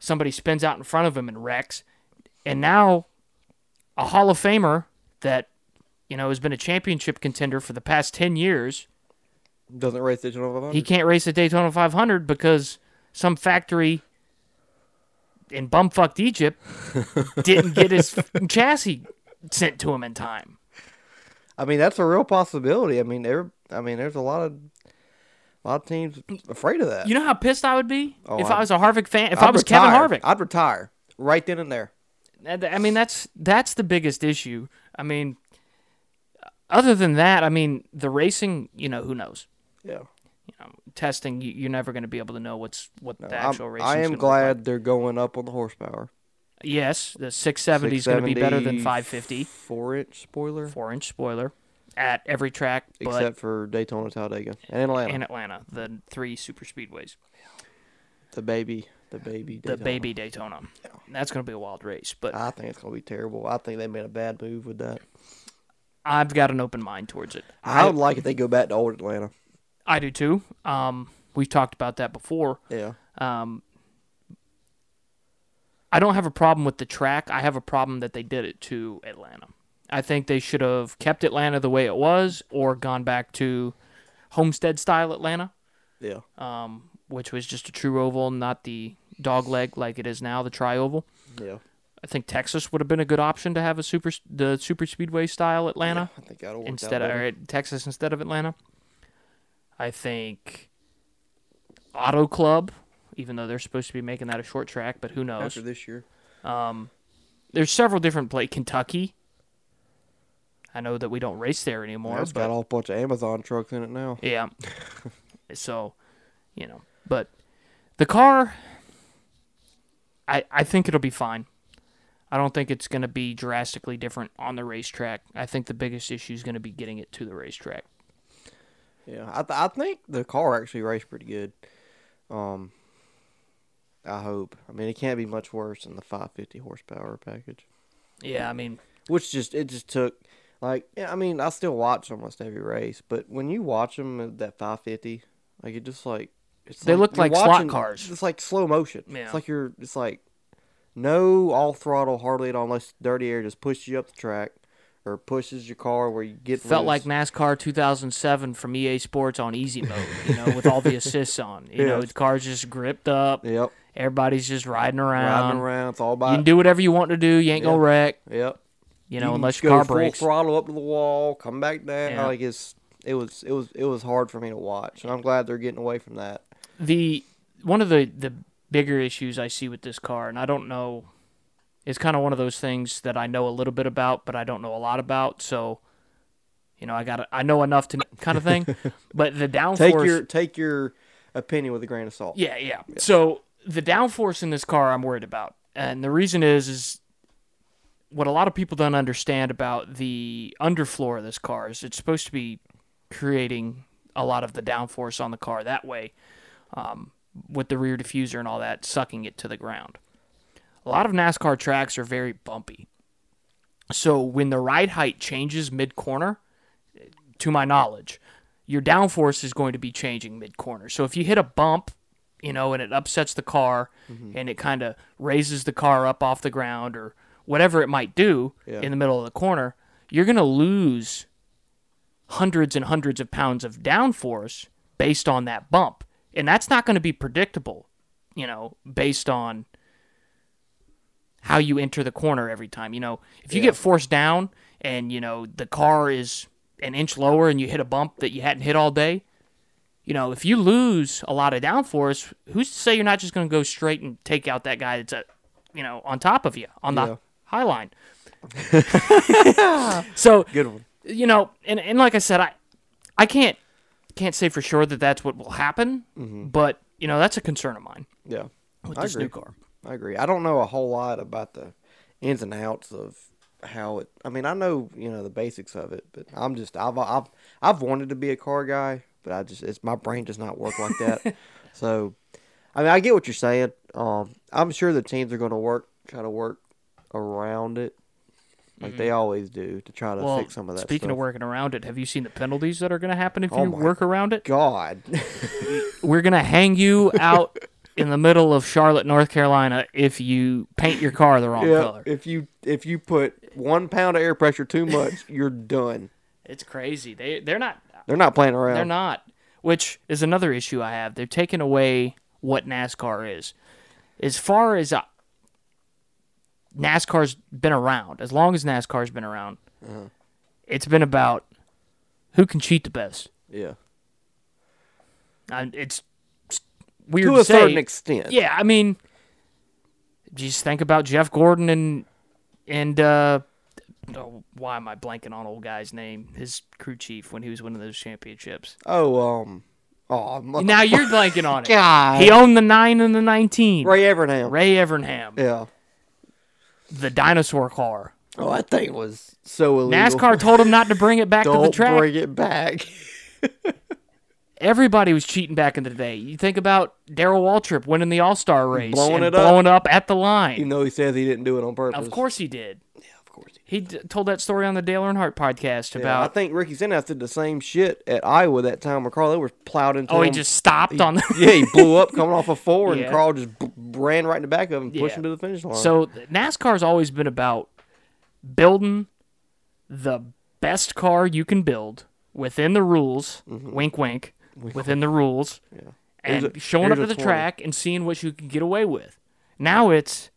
somebody spins out in front of him and wrecks, and now a Hall of Famer that you know has been a championship contender for the past ten years doesn't race Daytona 500. he can't race the Daytona 500 because some factory in bumfucked Egypt didn't get his f- chassis sent to him in time. I mean, that's a real possibility. I mean, every, I mean, there's a lot of a lot of teams afraid of that. You know how pissed I would be if I'd- I was a Harvick fan. If I'd I was retire. Kevin Harvick, I'd retire right then and there. And th- I mean, that's that's the biggest issue. I mean, other than that, I mean, the racing. You know, who knows? Yeah, You know, testing. You, you're never going to be able to know what's what the Uh, I'm, actual racing. I am glad they're going up on the horsepower. Yes, the 670 is going to be better than 550. Four inch spoiler, four inch spoiler at every track but except for Daytona, Talladega, and Atlanta. in Atlanta, the three super speedways, the baby, the baby, the Daytona. baby Daytona. That's going to be a wild race, but I think it's gonna be terrible. I think they made a bad move with that. I've got an open mind towards it. I would like if they go back to old Atlanta. I do too. Um, we've talked about that before. Yeah, Um, I don't have a problem with the track. I have a problem that they did it to Atlanta. I think they should have kept Atlanta the way it was or gone back to homestead style Atlanta. yeah. um, which was just a true oval, not the dog leg like it is now, the tri oval. Yeah, I think Texas would have been a good option to have a super the super speedway style Atlanta I think that'll work instead out of better. or Texas instead of Atlanta. I think Auto Club, even though they're supposed to be making that a short track, but who knows? Um, after this year. There's several different play Kentucky. I know that we don't race there anymore, It's but got a whole bunch of Amazon trucks in it now. Yeah. so, you know, but the car, I I think it'll be fine. I don't think it's going to be drastically different on the racetrack. I think the biggest issue is going to be getting it to the racetrack. Yeah, I th- I think the car actually raced pretty good. Um, I hope. I mean, it can't be much worse than the 550 horsepower package, Yeah, I mean, which just it just took. Like, yeah, I mean, I still watch almost every race, but when you watch them at that 550, like it just like it's They look you're like slot watching- cars. It's like slow motion. Yeah. It's like you're. It's like no all throttle, hardly at all, unless dirty air just pushes you up the track or pushes your car where you get felt like loose. NASCAR 2007 from EA Sports on easy mode, you know, with all the assists on. You know, Yeah. the car's just gripped up. Yep. Everybody's just riding around. Riding around, it's all Um, You about. can do whatever you want to do. You ain't gonna Yeah. wreck. yep. You know, can unless your go car full breaks. throttle up to the wall, come back down. Yeah. Like it's it was it was it was hard for me to watch, and I'm glad they're getting away from that. the one of the the bigger issues I see with this car, and I don't know, it's kind of one of those things that I know a little bit about, but I don't know a lot about. So, you know, I got I know enough to kind of thing. but the downforce, Take your take your opinion with a grain of salt. yeah, yeah. So the downforce in this car, I'm worried about, and the reason is is what a lot of people don't understand about the underfloor of this car is it's supposed to be creating a lot of the downforce on the car that way um, with the rear diffuser and all that sucking it to the ground. A lot of NASCAR tracks are very bumpy. So when the ride height changes mid corner, to my knowledge, your downforce is going to be changing mid corner. So if you hit a bump, you know, and it upsets the car and it kind of raises the car up off the ground or whatever it might do Yeah. in the middle of the corner, you're going to lose hundreds and hundreds of pounds of downforce based on that bump. And that's not going to be predictable, you know, based on how you enter the corner every time. You know, if you get forced down and, you know, the car is an inch lower and you hit a bump that you hadn't hit all day, you know, if you lose a lot of downforce, who's to say you're not just going to go straight and take out that guy that's, uh, you know, on top of you on the Yeah. high line? so Good one. you know, and, and like I said, I I can't can't say for sure that that's what will happen, but you know that's a concern of mine Yeah, Oh, with Mm-hmm. I this agree. new car. I agree. I don't know a whole lot about the ins and outs of how it. I mean, I know you know the basics of it, but I'm just I've I've I've wanted to be a car guy, but I just it's my brain does not work like that. so, I mean, I get what you're saying. Um, I'm sure the teams are going to work try to work around it, like they always do, to try to Mm-hmm. Well, fix some of that. speaking stuff. of working around it, have you seen the penalties that are going to happen if Oh you my work around it? God, We're going to hang you out in the middle of Charlotte, North Carolina, if you paint your car the wrong yeah, color. if you if you put one pound of air pressure too much, you're done. It's crazy. They they're not They're not playing around. They're not, which is another issue I have. They've taken away what NASCAR is. As far as uh, NASCAR's been around, as long as NASCAR's been around, Uh-huh. it's been about who can cheat the best. Yeah. And it's it's weird to to a say. certain extent. Yeah, I mean, just think about Jeff Gordon and and uh, oh, why am I blanking on old guy's name? His crew chief when he was winning those championships. Oh, um, oh, mother- Now you're blanking on it. God. He owned the 9 and the 19. Ray, Ray Evernham. Evernham, Yeah. the dinosaur car. Oh, that thing was so illegal. NASCAR told him not to bring it back to the don't track. bring it back. Everybody was cheating back in the day. You think about Daryl Waltrip winning the All Star race, Blowing and it up. blowing up. at the line. Even though he says he didn't do it on purpose. of course he did. yeah, of course. He He d- told that story on the Dale Earnhardt podcast did. Yeah, I about oh, think Ricky Stenhouse did the same shit at Iowa that time where Carl Edwards plowed into oh he him. just stopped on the yeah, he blew up coming off a four, and Yeah. Carl just b- ran right in the back of him, pushed Yeah. him to the finish line. So th- NASCAR's always been about building the best car you can build within the rules. Mm-hmm. Wink, wink. within the rules, and Here's a- showing up to here's the a 20. track and seeing what you can get away with. Now it's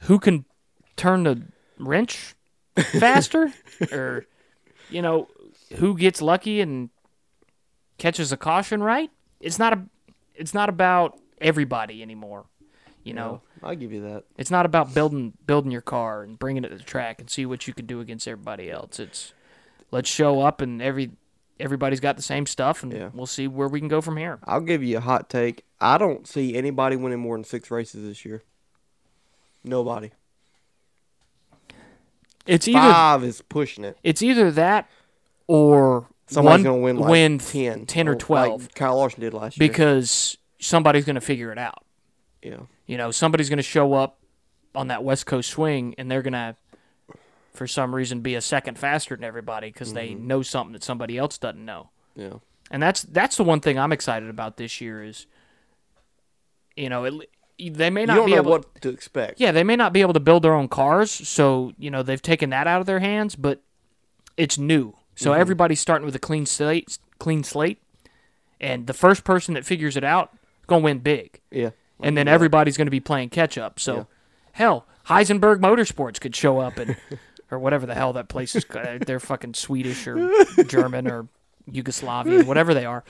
who can turn the wrench faster, or you know who gets lucky and catches a caution right. It's not a. It's not about everybody anymore. You know, I'll give you that. it's not about building building your car and bringing it to the track and see what you can do against everybody else. It's let's show up and every everybody's got the same stuff and Yeah. we'll see where we can go from here. I'll give you a hot take. I don't see anybody winning more than six races this year. Nobody. It's either Five is pushing it. it's either that or Somebody's one gonna win like win 10, ten or like twelve Kyle Larson did last year. because somebody's gonna figure it out. Yeah. You know, somebody's going to show up on that West Coast swing and they're going to, for some reason, be a second faster than everybody because they Mm-hmm. know something that somebody else doesn't know. Yeah. And that's that's the one thing I'm excited about this year is, you know, it, they may You not don't be know able. what to expect. Yeah, they may not be able to build their own cars, so you know they've taken that out of their hands. But it's new, so Mm-hmm. everybody's starting with a clean slate. Clean slate, and the first person that figures it out is gonna win big, Yeah. and then everybody's gonna be playing catch up. So, hell, Heisenberg Motorsports could show up and or whatever the hell that place is. ca- They're fucking Swedish or German or Yugoslavian, whatever they are.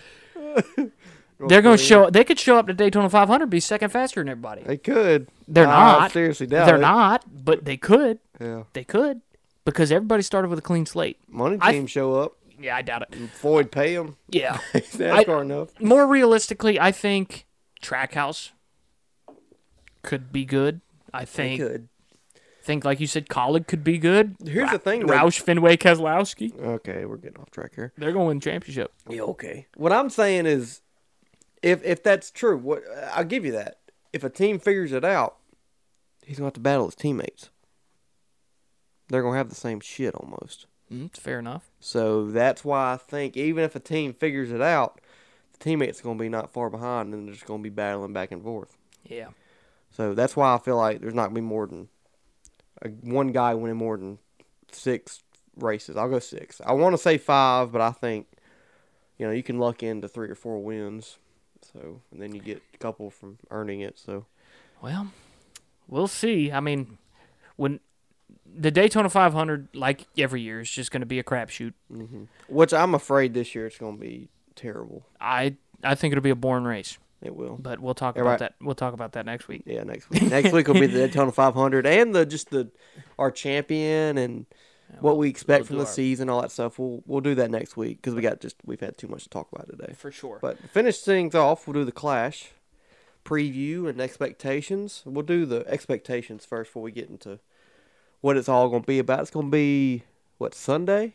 They're gonna show. They could show up to Daytona 500, be second faster than everybody. They could. They're Uh, I not. seriously doubt They're it. not, but they could. Yeah. They could because everybody started with a clean slate. Money I- team show up. Yeah, I doubt it. Floyd pay them. Yeah. NASCAR enough. More realistically, I think Trackhouse could be good. I think Could. think like you said, Colleg could be good. Here's the thing, though. Roush, Fenway, Keselowski, Okay, we're getting off track here. they're going to win championship. Yeah, okay. What I'm saying is, if if that's true, what I'll give you that. If a team figures it out, he's gonna have to battle his teammates. They're gonna have the same shit almost. Mm, fair enough. So that's why I think even if a team figures it out, the teammates are gonna be not far behind, and they're just gonna be battling back and forth. Yeah. So that's why I feel like there's not gonna be more than uh, one guy winning more than six races. I'll go six. I want to say five, but I think you know you can luck into three or four wins. So and then you get a couple from earning it. So Well, we'll see. I mean, when the Daytona 500, like every year, is just going to be a crapshoot. which I'm afraid this year it's gonna be terrible. I I think it'll be a boring race, It will. but we'll talk Everybody- about that. We'll talk about that next week. Yeah, next week. Next week will be the Daytona 500 and the just the our champion and what we expect we'll from do the our- season, all that stuff. We'll we'll do that next week because we got just we've had too much to talk about today. For sure. But to finish things off, we'll do the clash preview and expectations. We'll do the expectations first before we get into what it's all going to be about. It's going to be what Sunday?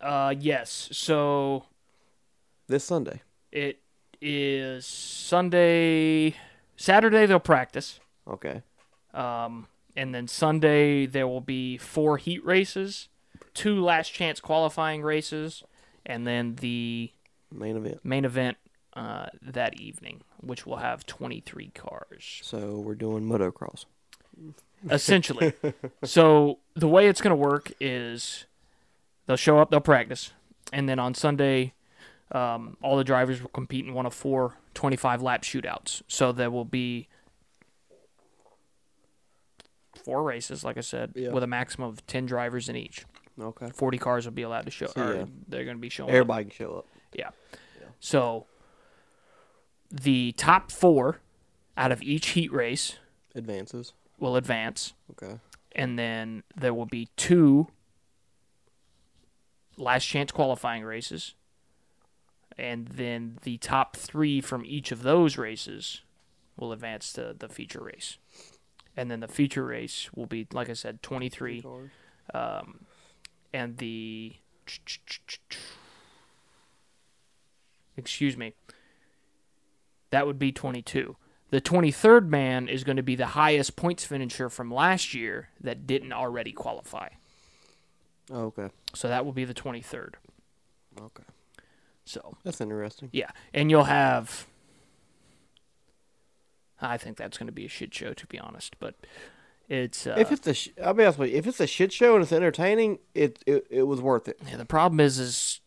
Uh, yes. So This Sunday. it is Sunday, Saturday they'll practice, Okay. um, and then Sunday there will be four heat races, two last chance qualifying races, and then the Main event. main event uh, that evening, which will have twenty three cars. So we're doing motocross. essentially. so the way it's going to work is they'll show up, they'll practice, and then on Sunday, um, all the drivers will compete in one of four 25 lap shootouts. So there will be four races, like I said, Yeah. with a maximum of 10 drivers in each. Okay. 40 cars will be allowed to show. So, or yeah. They're going to be showing. up. Everybody can show up. Yeah. So the top four out of each heat race Advances. will advance Okay. and then there will be two last chance qualifying races and then the top three from each of those races will advance to the feature race and then the feature race will be like i said 23 Cars. um, and the excuse me that would be 22 the 23rd man is going to be the highest points finisher from last year that didn't already qualify Oh, okay. so that will be the 23rd Okay. so That's interesting. yeah and you'll have i think that's going to be a shit show to be honest but it's uh, if it's a, sh- I'll be honest with you. If it's a shit show and it's entertaining, it it, it was worth it. Yeah, the problem is, is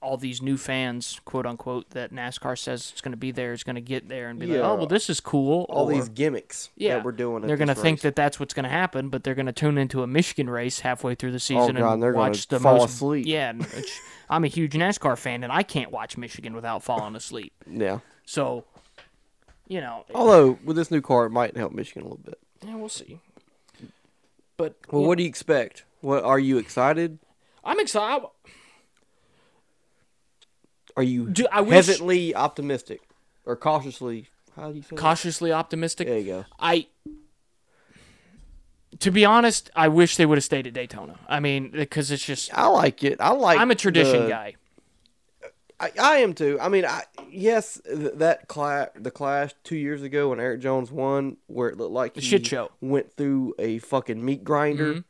all these new fans, quote unquote, that NASCAR says it's going to be there is going to get there and be like, Yeah. oh well, this is cool. All or- these gimmicks yeah, that we're doing. at They're going to these think races. that that's what's going to happen, but they're going to tune into a Michigan race halfway through the Oh, season God, and they're gonna watch the fall most. asleep. Yeah, and it's- I'm a huge NASCAR fan, and I can't watch Michigan without falling asleep. Yeah. So, you know, Although with this new car, it might help Michigan a little bit. yeah, we'll see. But Well, what do you expect? What are you excited? I'm excited. Are you Do- I wish- hesitantly optimistic or cautiously? How do you say? that? Cautiously optimistic. There you go. I to be honest, I wish they would have stayed at Daytona. I mean, because uh, it's just I like it. I like. I'm a tradition the- guy. I, I am too. I mean, I yes, th- that clash, the clash two years ago when Eric Jones won, where it looked like he shit show. Mm-hmm. went through a fucking meat grinder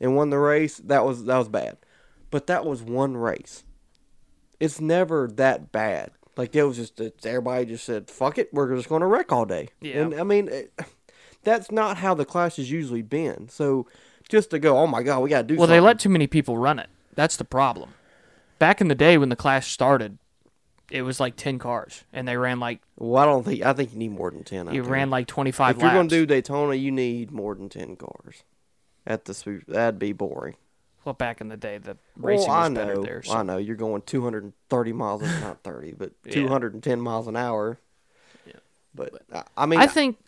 and won the race. That was that was bad, but that was one race. It's never that bad. Like it was just it's, everybody just said, "Fuck it, we're just going to wreck all day." Yeah. and I mean, it, that's not how the clash has usually been. So just to go, oh my god, we got to do. Well, something. they let too many people run it. That's the problem. Back in the day when the Clash started, it was like ten cars, and they ran like Well, I don't think I think you need more than ten. out you there. ran like twenty five. If you're going to do Daytona, you need more than ten cars. At the sp- that'd be boring. well, back in the day, the racing well, I was know, better there. So I know you're going 230 miles, an, not 30, but 210 miles an hour. But I, I mean, I think,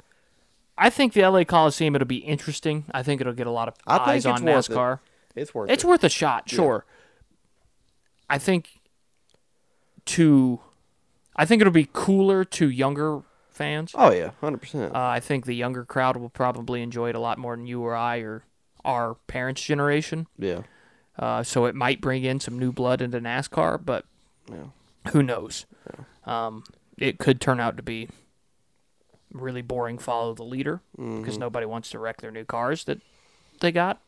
I think the LA Coliseum it'll be interesting. I think it'll get a lot of I think eyes it's on worth it. NASCAR. it's worth It's it. worth a shot, sure. I think to, I think it'll be cooler to younger fans. Oh yeah, hundred percent. Uh, I think the younger crowd will probably enjoy it a lot more than you or I or our parents' generation. Yeah, Uh, so it might bring in some new blood into NASCAR, but yeah. who knows? Um, it could turn out to be really boring. Follow the leader Mm-hmm. because nobody wants to wreck their new cars that they got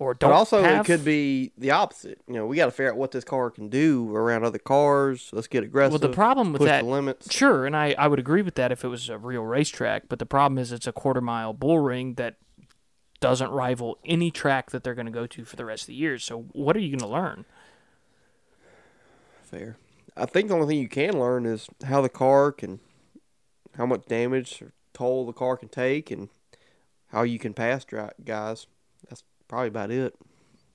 or don't. But also, have. it could be the opposite. You know, we got to figure out what this car can do around other cars. Let's get aggressive. Well, the problem with push that, the limits. sure, and I, I would agree with that if it was a real racetrack. But the problem is it's a quarter mile bull ring that doesn't rival any track that they're going to go to for the rest of the year. So what are you going to learn? Fair. I think the only thing you can learn is how the car can, how much damage or toll the car can take, and how you can pass dri guys. That's probably about it.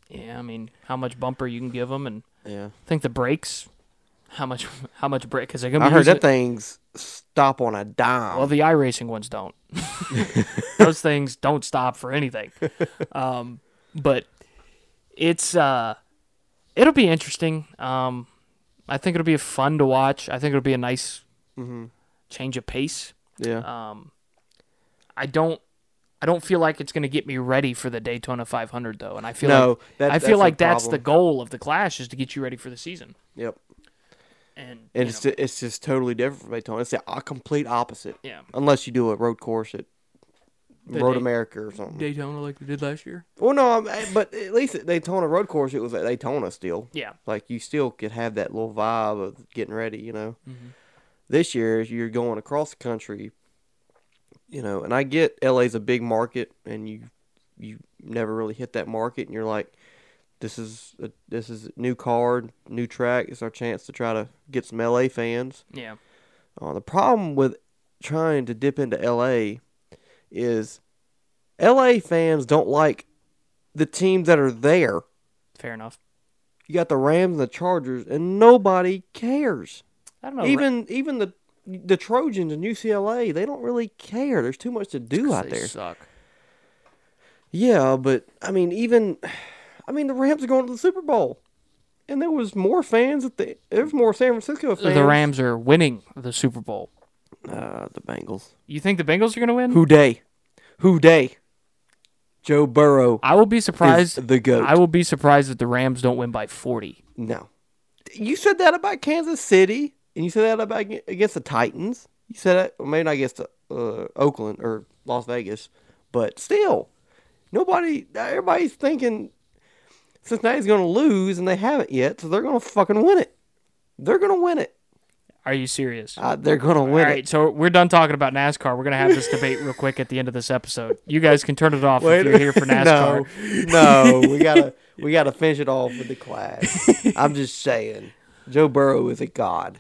Yeah, I mean, how much bumper you can give them, and Yeah, I think the brakes. How much? How much brake? Because they're going to I be heard using that thing's stop on a dime. Well, the iRacing ones don't. Those things don't stop for anything. Um, but it's uh, it'll be interesting. Um, I think it'll be fun to watch. I think it'll be a nice Mm-hmm. change of pace. yeah, Um, I don't. I don't feel like it's going to get me ready for the Daytona 500 though, and I feel No, like that- I that's feel the like that's the problem. goal of the Clash is to get you ready for the season. yep. And, And you it's know, ju- it's just totally different from Daytona. It's the o- complete opposite. Yeah. Unless you do a road course at The Road Day- America or something. Daytona like we did last year. well, no, I'm, eh, but at least at Daytona road course, it was at Daytona still. Yeah, Like you still could have that little vibe of getting ready, you know. This year you're going across the country, you know, and I get LA's a big market and you you never really hit that market and you're like this is a, this is a new card, new track, it's our chance to try to get some LA fans. yeah, Uh, the problem with trying to dip into LA is LA fans don't like the teams that are there. fair enough. You got the Rams and the Chargers, and nobody cares. I don't know. even even the the Trojans and UCLA, they don't really care. There's too much to do out they there. suck. Yeah, but I mean, even I mean, the Rams are going to the Super Bowl, and there was more fans at the there was more San Francisco fans. The Rams are winning the Super Bowl. uh, the Bengals. You think the Bengals are going to win? Who day? Who day? Joe Burrow. I will be surprised. the goat. I will be surprised if the Rams don't win by 40. No. You said that about Kansas City, and you said that about ag- against the Titans. You said that well, maybe not against uh, Oakland or Las Vegas, but still, nobody, everybody's thinking Cincinnati's going to lose, and they haven't yet, so they're going to fucking win it. They're going to win it. Are you serious? Uh, they're going to All win right, it. so we're done talking about NASCAR. We're going to have this debate real quick at the end of this episode. You guys can turn it off if you're here for NASCAR. No, no, we gotta we gotta finish it off with the class. I'm just saying, Joe Burrow is a god.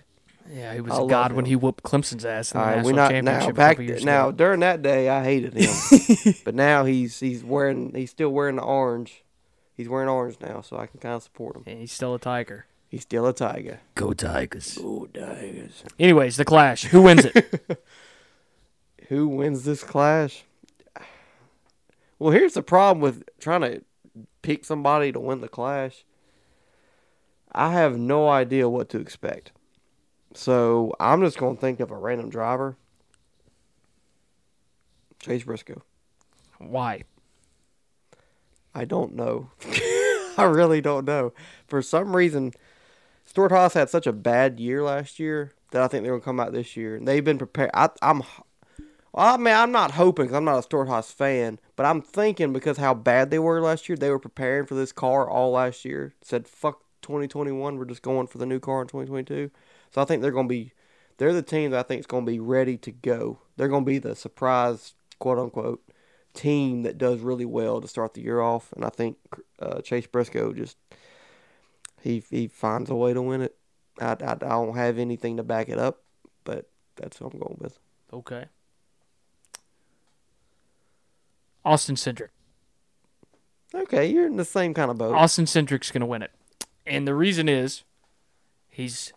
Yeah, he was I a love god when him. he whooped Clemson's ass in the All right, national we're not championship now. a Back couple years now, ago. during that day, I hated him, but now he's he's wearing he's still wearing the orange. He's wearing orange now, so I can kind of support him. And he's still a Tiger. He's still a tiger. Go Tigers. Oh, tigers! Anyways, the Clash. Who wins it? Who wins this clash? Well, here's the problem with trying to pick somebody to win the clash. I have no idea what to expect, so I'm just gonna think of a random driver. Chase Briscoe. Why? I don't know. I really don't know. For some reason, Stuart Haas had such a bad year last year that I think they're gonna come out this year. And they've been prepared. I, I'm, h- well, I mean, I'm not hoping because I'm not a Stuart Haas fan, but I'm thinking because how bad they were last year, they were preparing for this car all last year. Said fuck 2021, we're just going for the new car in 2022. So I think they're gonna be, they're the team that I think is gonna be ready to go. They're gonna be the surprise quote unquote team that does really well to start the year off, and I think uh, Chase Briscoe just he he finds a way to win it. I, I, I don't have anything to back it up, but that's what I'm going with. Okay. Austin Cindric. Okay, you're in the same kind of boat. Austin Cindric's going to win it. And the reason is he's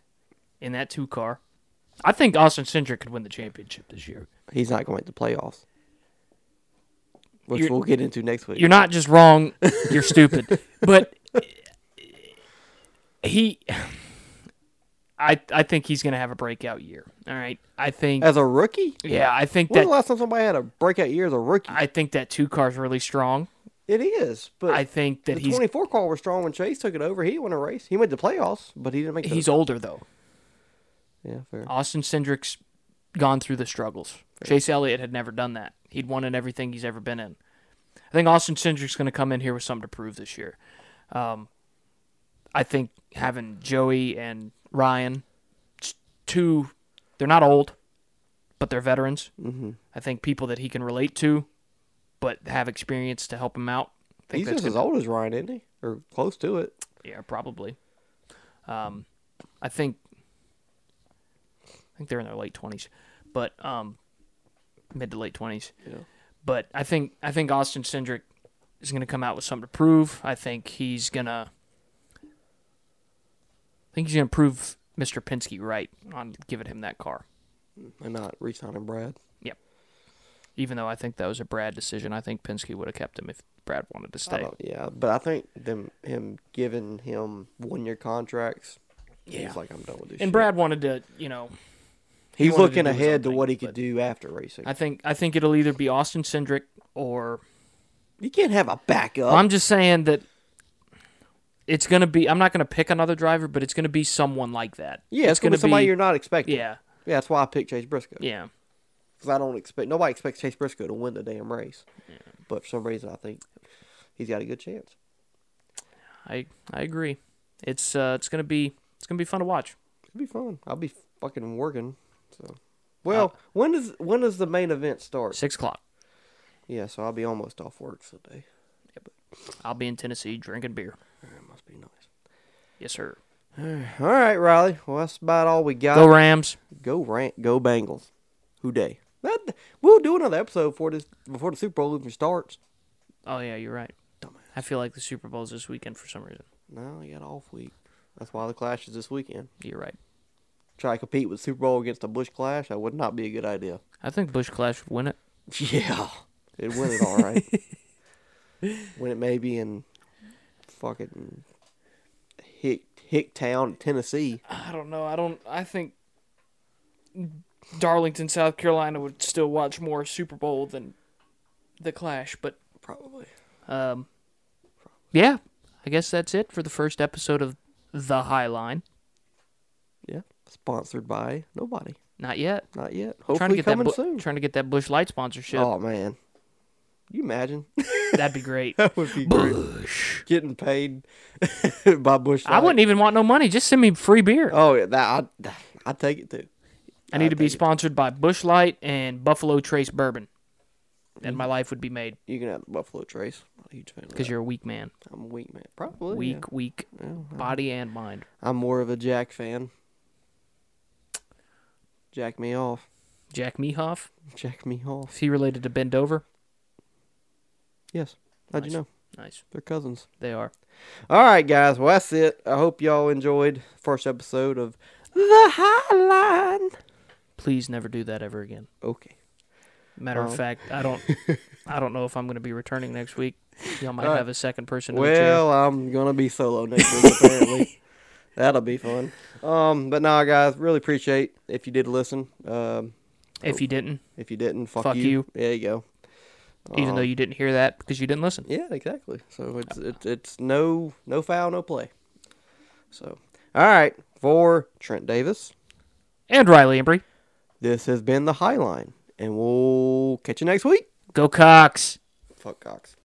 in that two car. I think Austin Cindric could win the championship this year. He's not going to make the playoffs, which You're- we'll get into next week. You're not just wrong, you're stupid. But he I I think he's going to have a breakout year. All right. I think as a rookie. yeah, I think When's the that last time somebody had a breakout year as a rookie? I think that two car's really strong. it is, but I think that the he's 24 car was strong when Chase took it over. He won a race. He made the playoffs, but he didn't make. he's the, older though. yeah, fair. Austin Cindric's gone through the struggles. Chase Elliott had never done that. He'd won in everything he's ever been in. I think Austin Cindric's going to come in here with something to prove this year. Um, I think having Joey and Ryan, it's two, they're not old, but they're veterans. Mm-hmm. I think people that he can relate to, but have experience to help him out. I think He's that's just as old as Ryan, isn't he? Or close to it. yeah, probably. Um, I think I think they're in their late twenties, but um, mid to late twenties. Yeah. But I think I think Austin Cindric is going to come out with something to prove. I think he's gonna. I think he's going to prove Mr. Penske right on giving him that car. And not re-signing Brad. Even though I think that was a Brad decision, I think Penske would have kept him if Brad wanted to I stay. don't- yeah, but I think them him giving him one year contracts. Yeah. he's like I'm done with this. And shit." Brad wanted to, you know, he he's wanted to looking do his own ahead to thing, what he could but- do after racing. I think I think it'll either be Austin Cindric or you can't have a backup. I'm just saying that it's gonna be. I'm not gonna pick another driver, but it's gonna be someone like that. yeah, it's, going to be somebody you're not expecting. Yeah, yeah, that's why I picked Chase Briscoe yeah. because I don't expect nobody expects Chase Briscoe to win the damn race. But for some reason, I think he's got a good chance. I I agree. It's uh, it's gonna be it's gonna be fun to watch. It'd be fun. I'll be fucking working. So, well, when does when does the main event start? Six o'clock. Yeah, so I'll be almost off work today. I'll be in Tennessee drinking beer. It must be nice. Yes, sir. All right, Riley. Well, that's about all we got. Go Rams. Go rant, go Bengals. Who day? That we'll do another episode before this before the Super Bowl even starts. Oh yeah, you're right. I feel like the Super Bowl's this weekend for some reason. No, you got an off week. That's why the clash is this weekend. You're right. Try to compete with Super Bowl against a Bush clash. That would not be a good idea. I think Bush Clash would win it. Yeah, it went it all right. when it may be in fucking Hick Hicktown, Tennessee. I don't know. I don't. I think Darlington, South Carolina, would still watch more Super Bowl than the Clash, but Probably. Um, yeah, I guess that's it for the first episode of The High Line. Yeah. Sponsored by nobody. Not yet. Not yet. trying to Hopefully get that coming Bu- soon. trying to get that Bush Light sponsorship. Oh man. You imagine? That'd be great. That would be great. Getting paid by Bush. I wouldn't even want no money. Just send me free beer. Oh yeah, that I I take it too. I need to be sponsored by Bush Light and Buffalo Trace Bourbon, Mm. and my life would be made You can have the Buffalo Trace. I'm not a huge fan of because that. you're a weak man, I'm a weak man. Probably Oh, yeah. Mm. weak, weak, body and mind. I'm more of a Jack fan. Jack me off. Jack Mehoff. Jack me off. Is he related to Bend Over? Yes. How'd you Nice. know? Nice. They're cousins. They are. All right, guys. Well, that's it. I hope y'all enjoyed first episode of the Highline. Please never do that ever again. Okay. Matter of Oh. fact, I don't, I don't know if I'm going to be returning next week. Y'all might Alright. have a second person. in the chair. Well, I'm gonna be solo next week apparently. That'll be fun. Um, but nah, guys, really appreciate if you did listen. Um, if you didn't, if you didn't, fuck, Fuck you. There you go. even uh, though you didn't hear that because you didn't listen. Yeah, exactly. So it's it's it's no no foul, no play. So All right, for Trent Davis, And Riley Embry. this has been the Highline, and we'll catch you next week. Go Cox. Fuck Cox.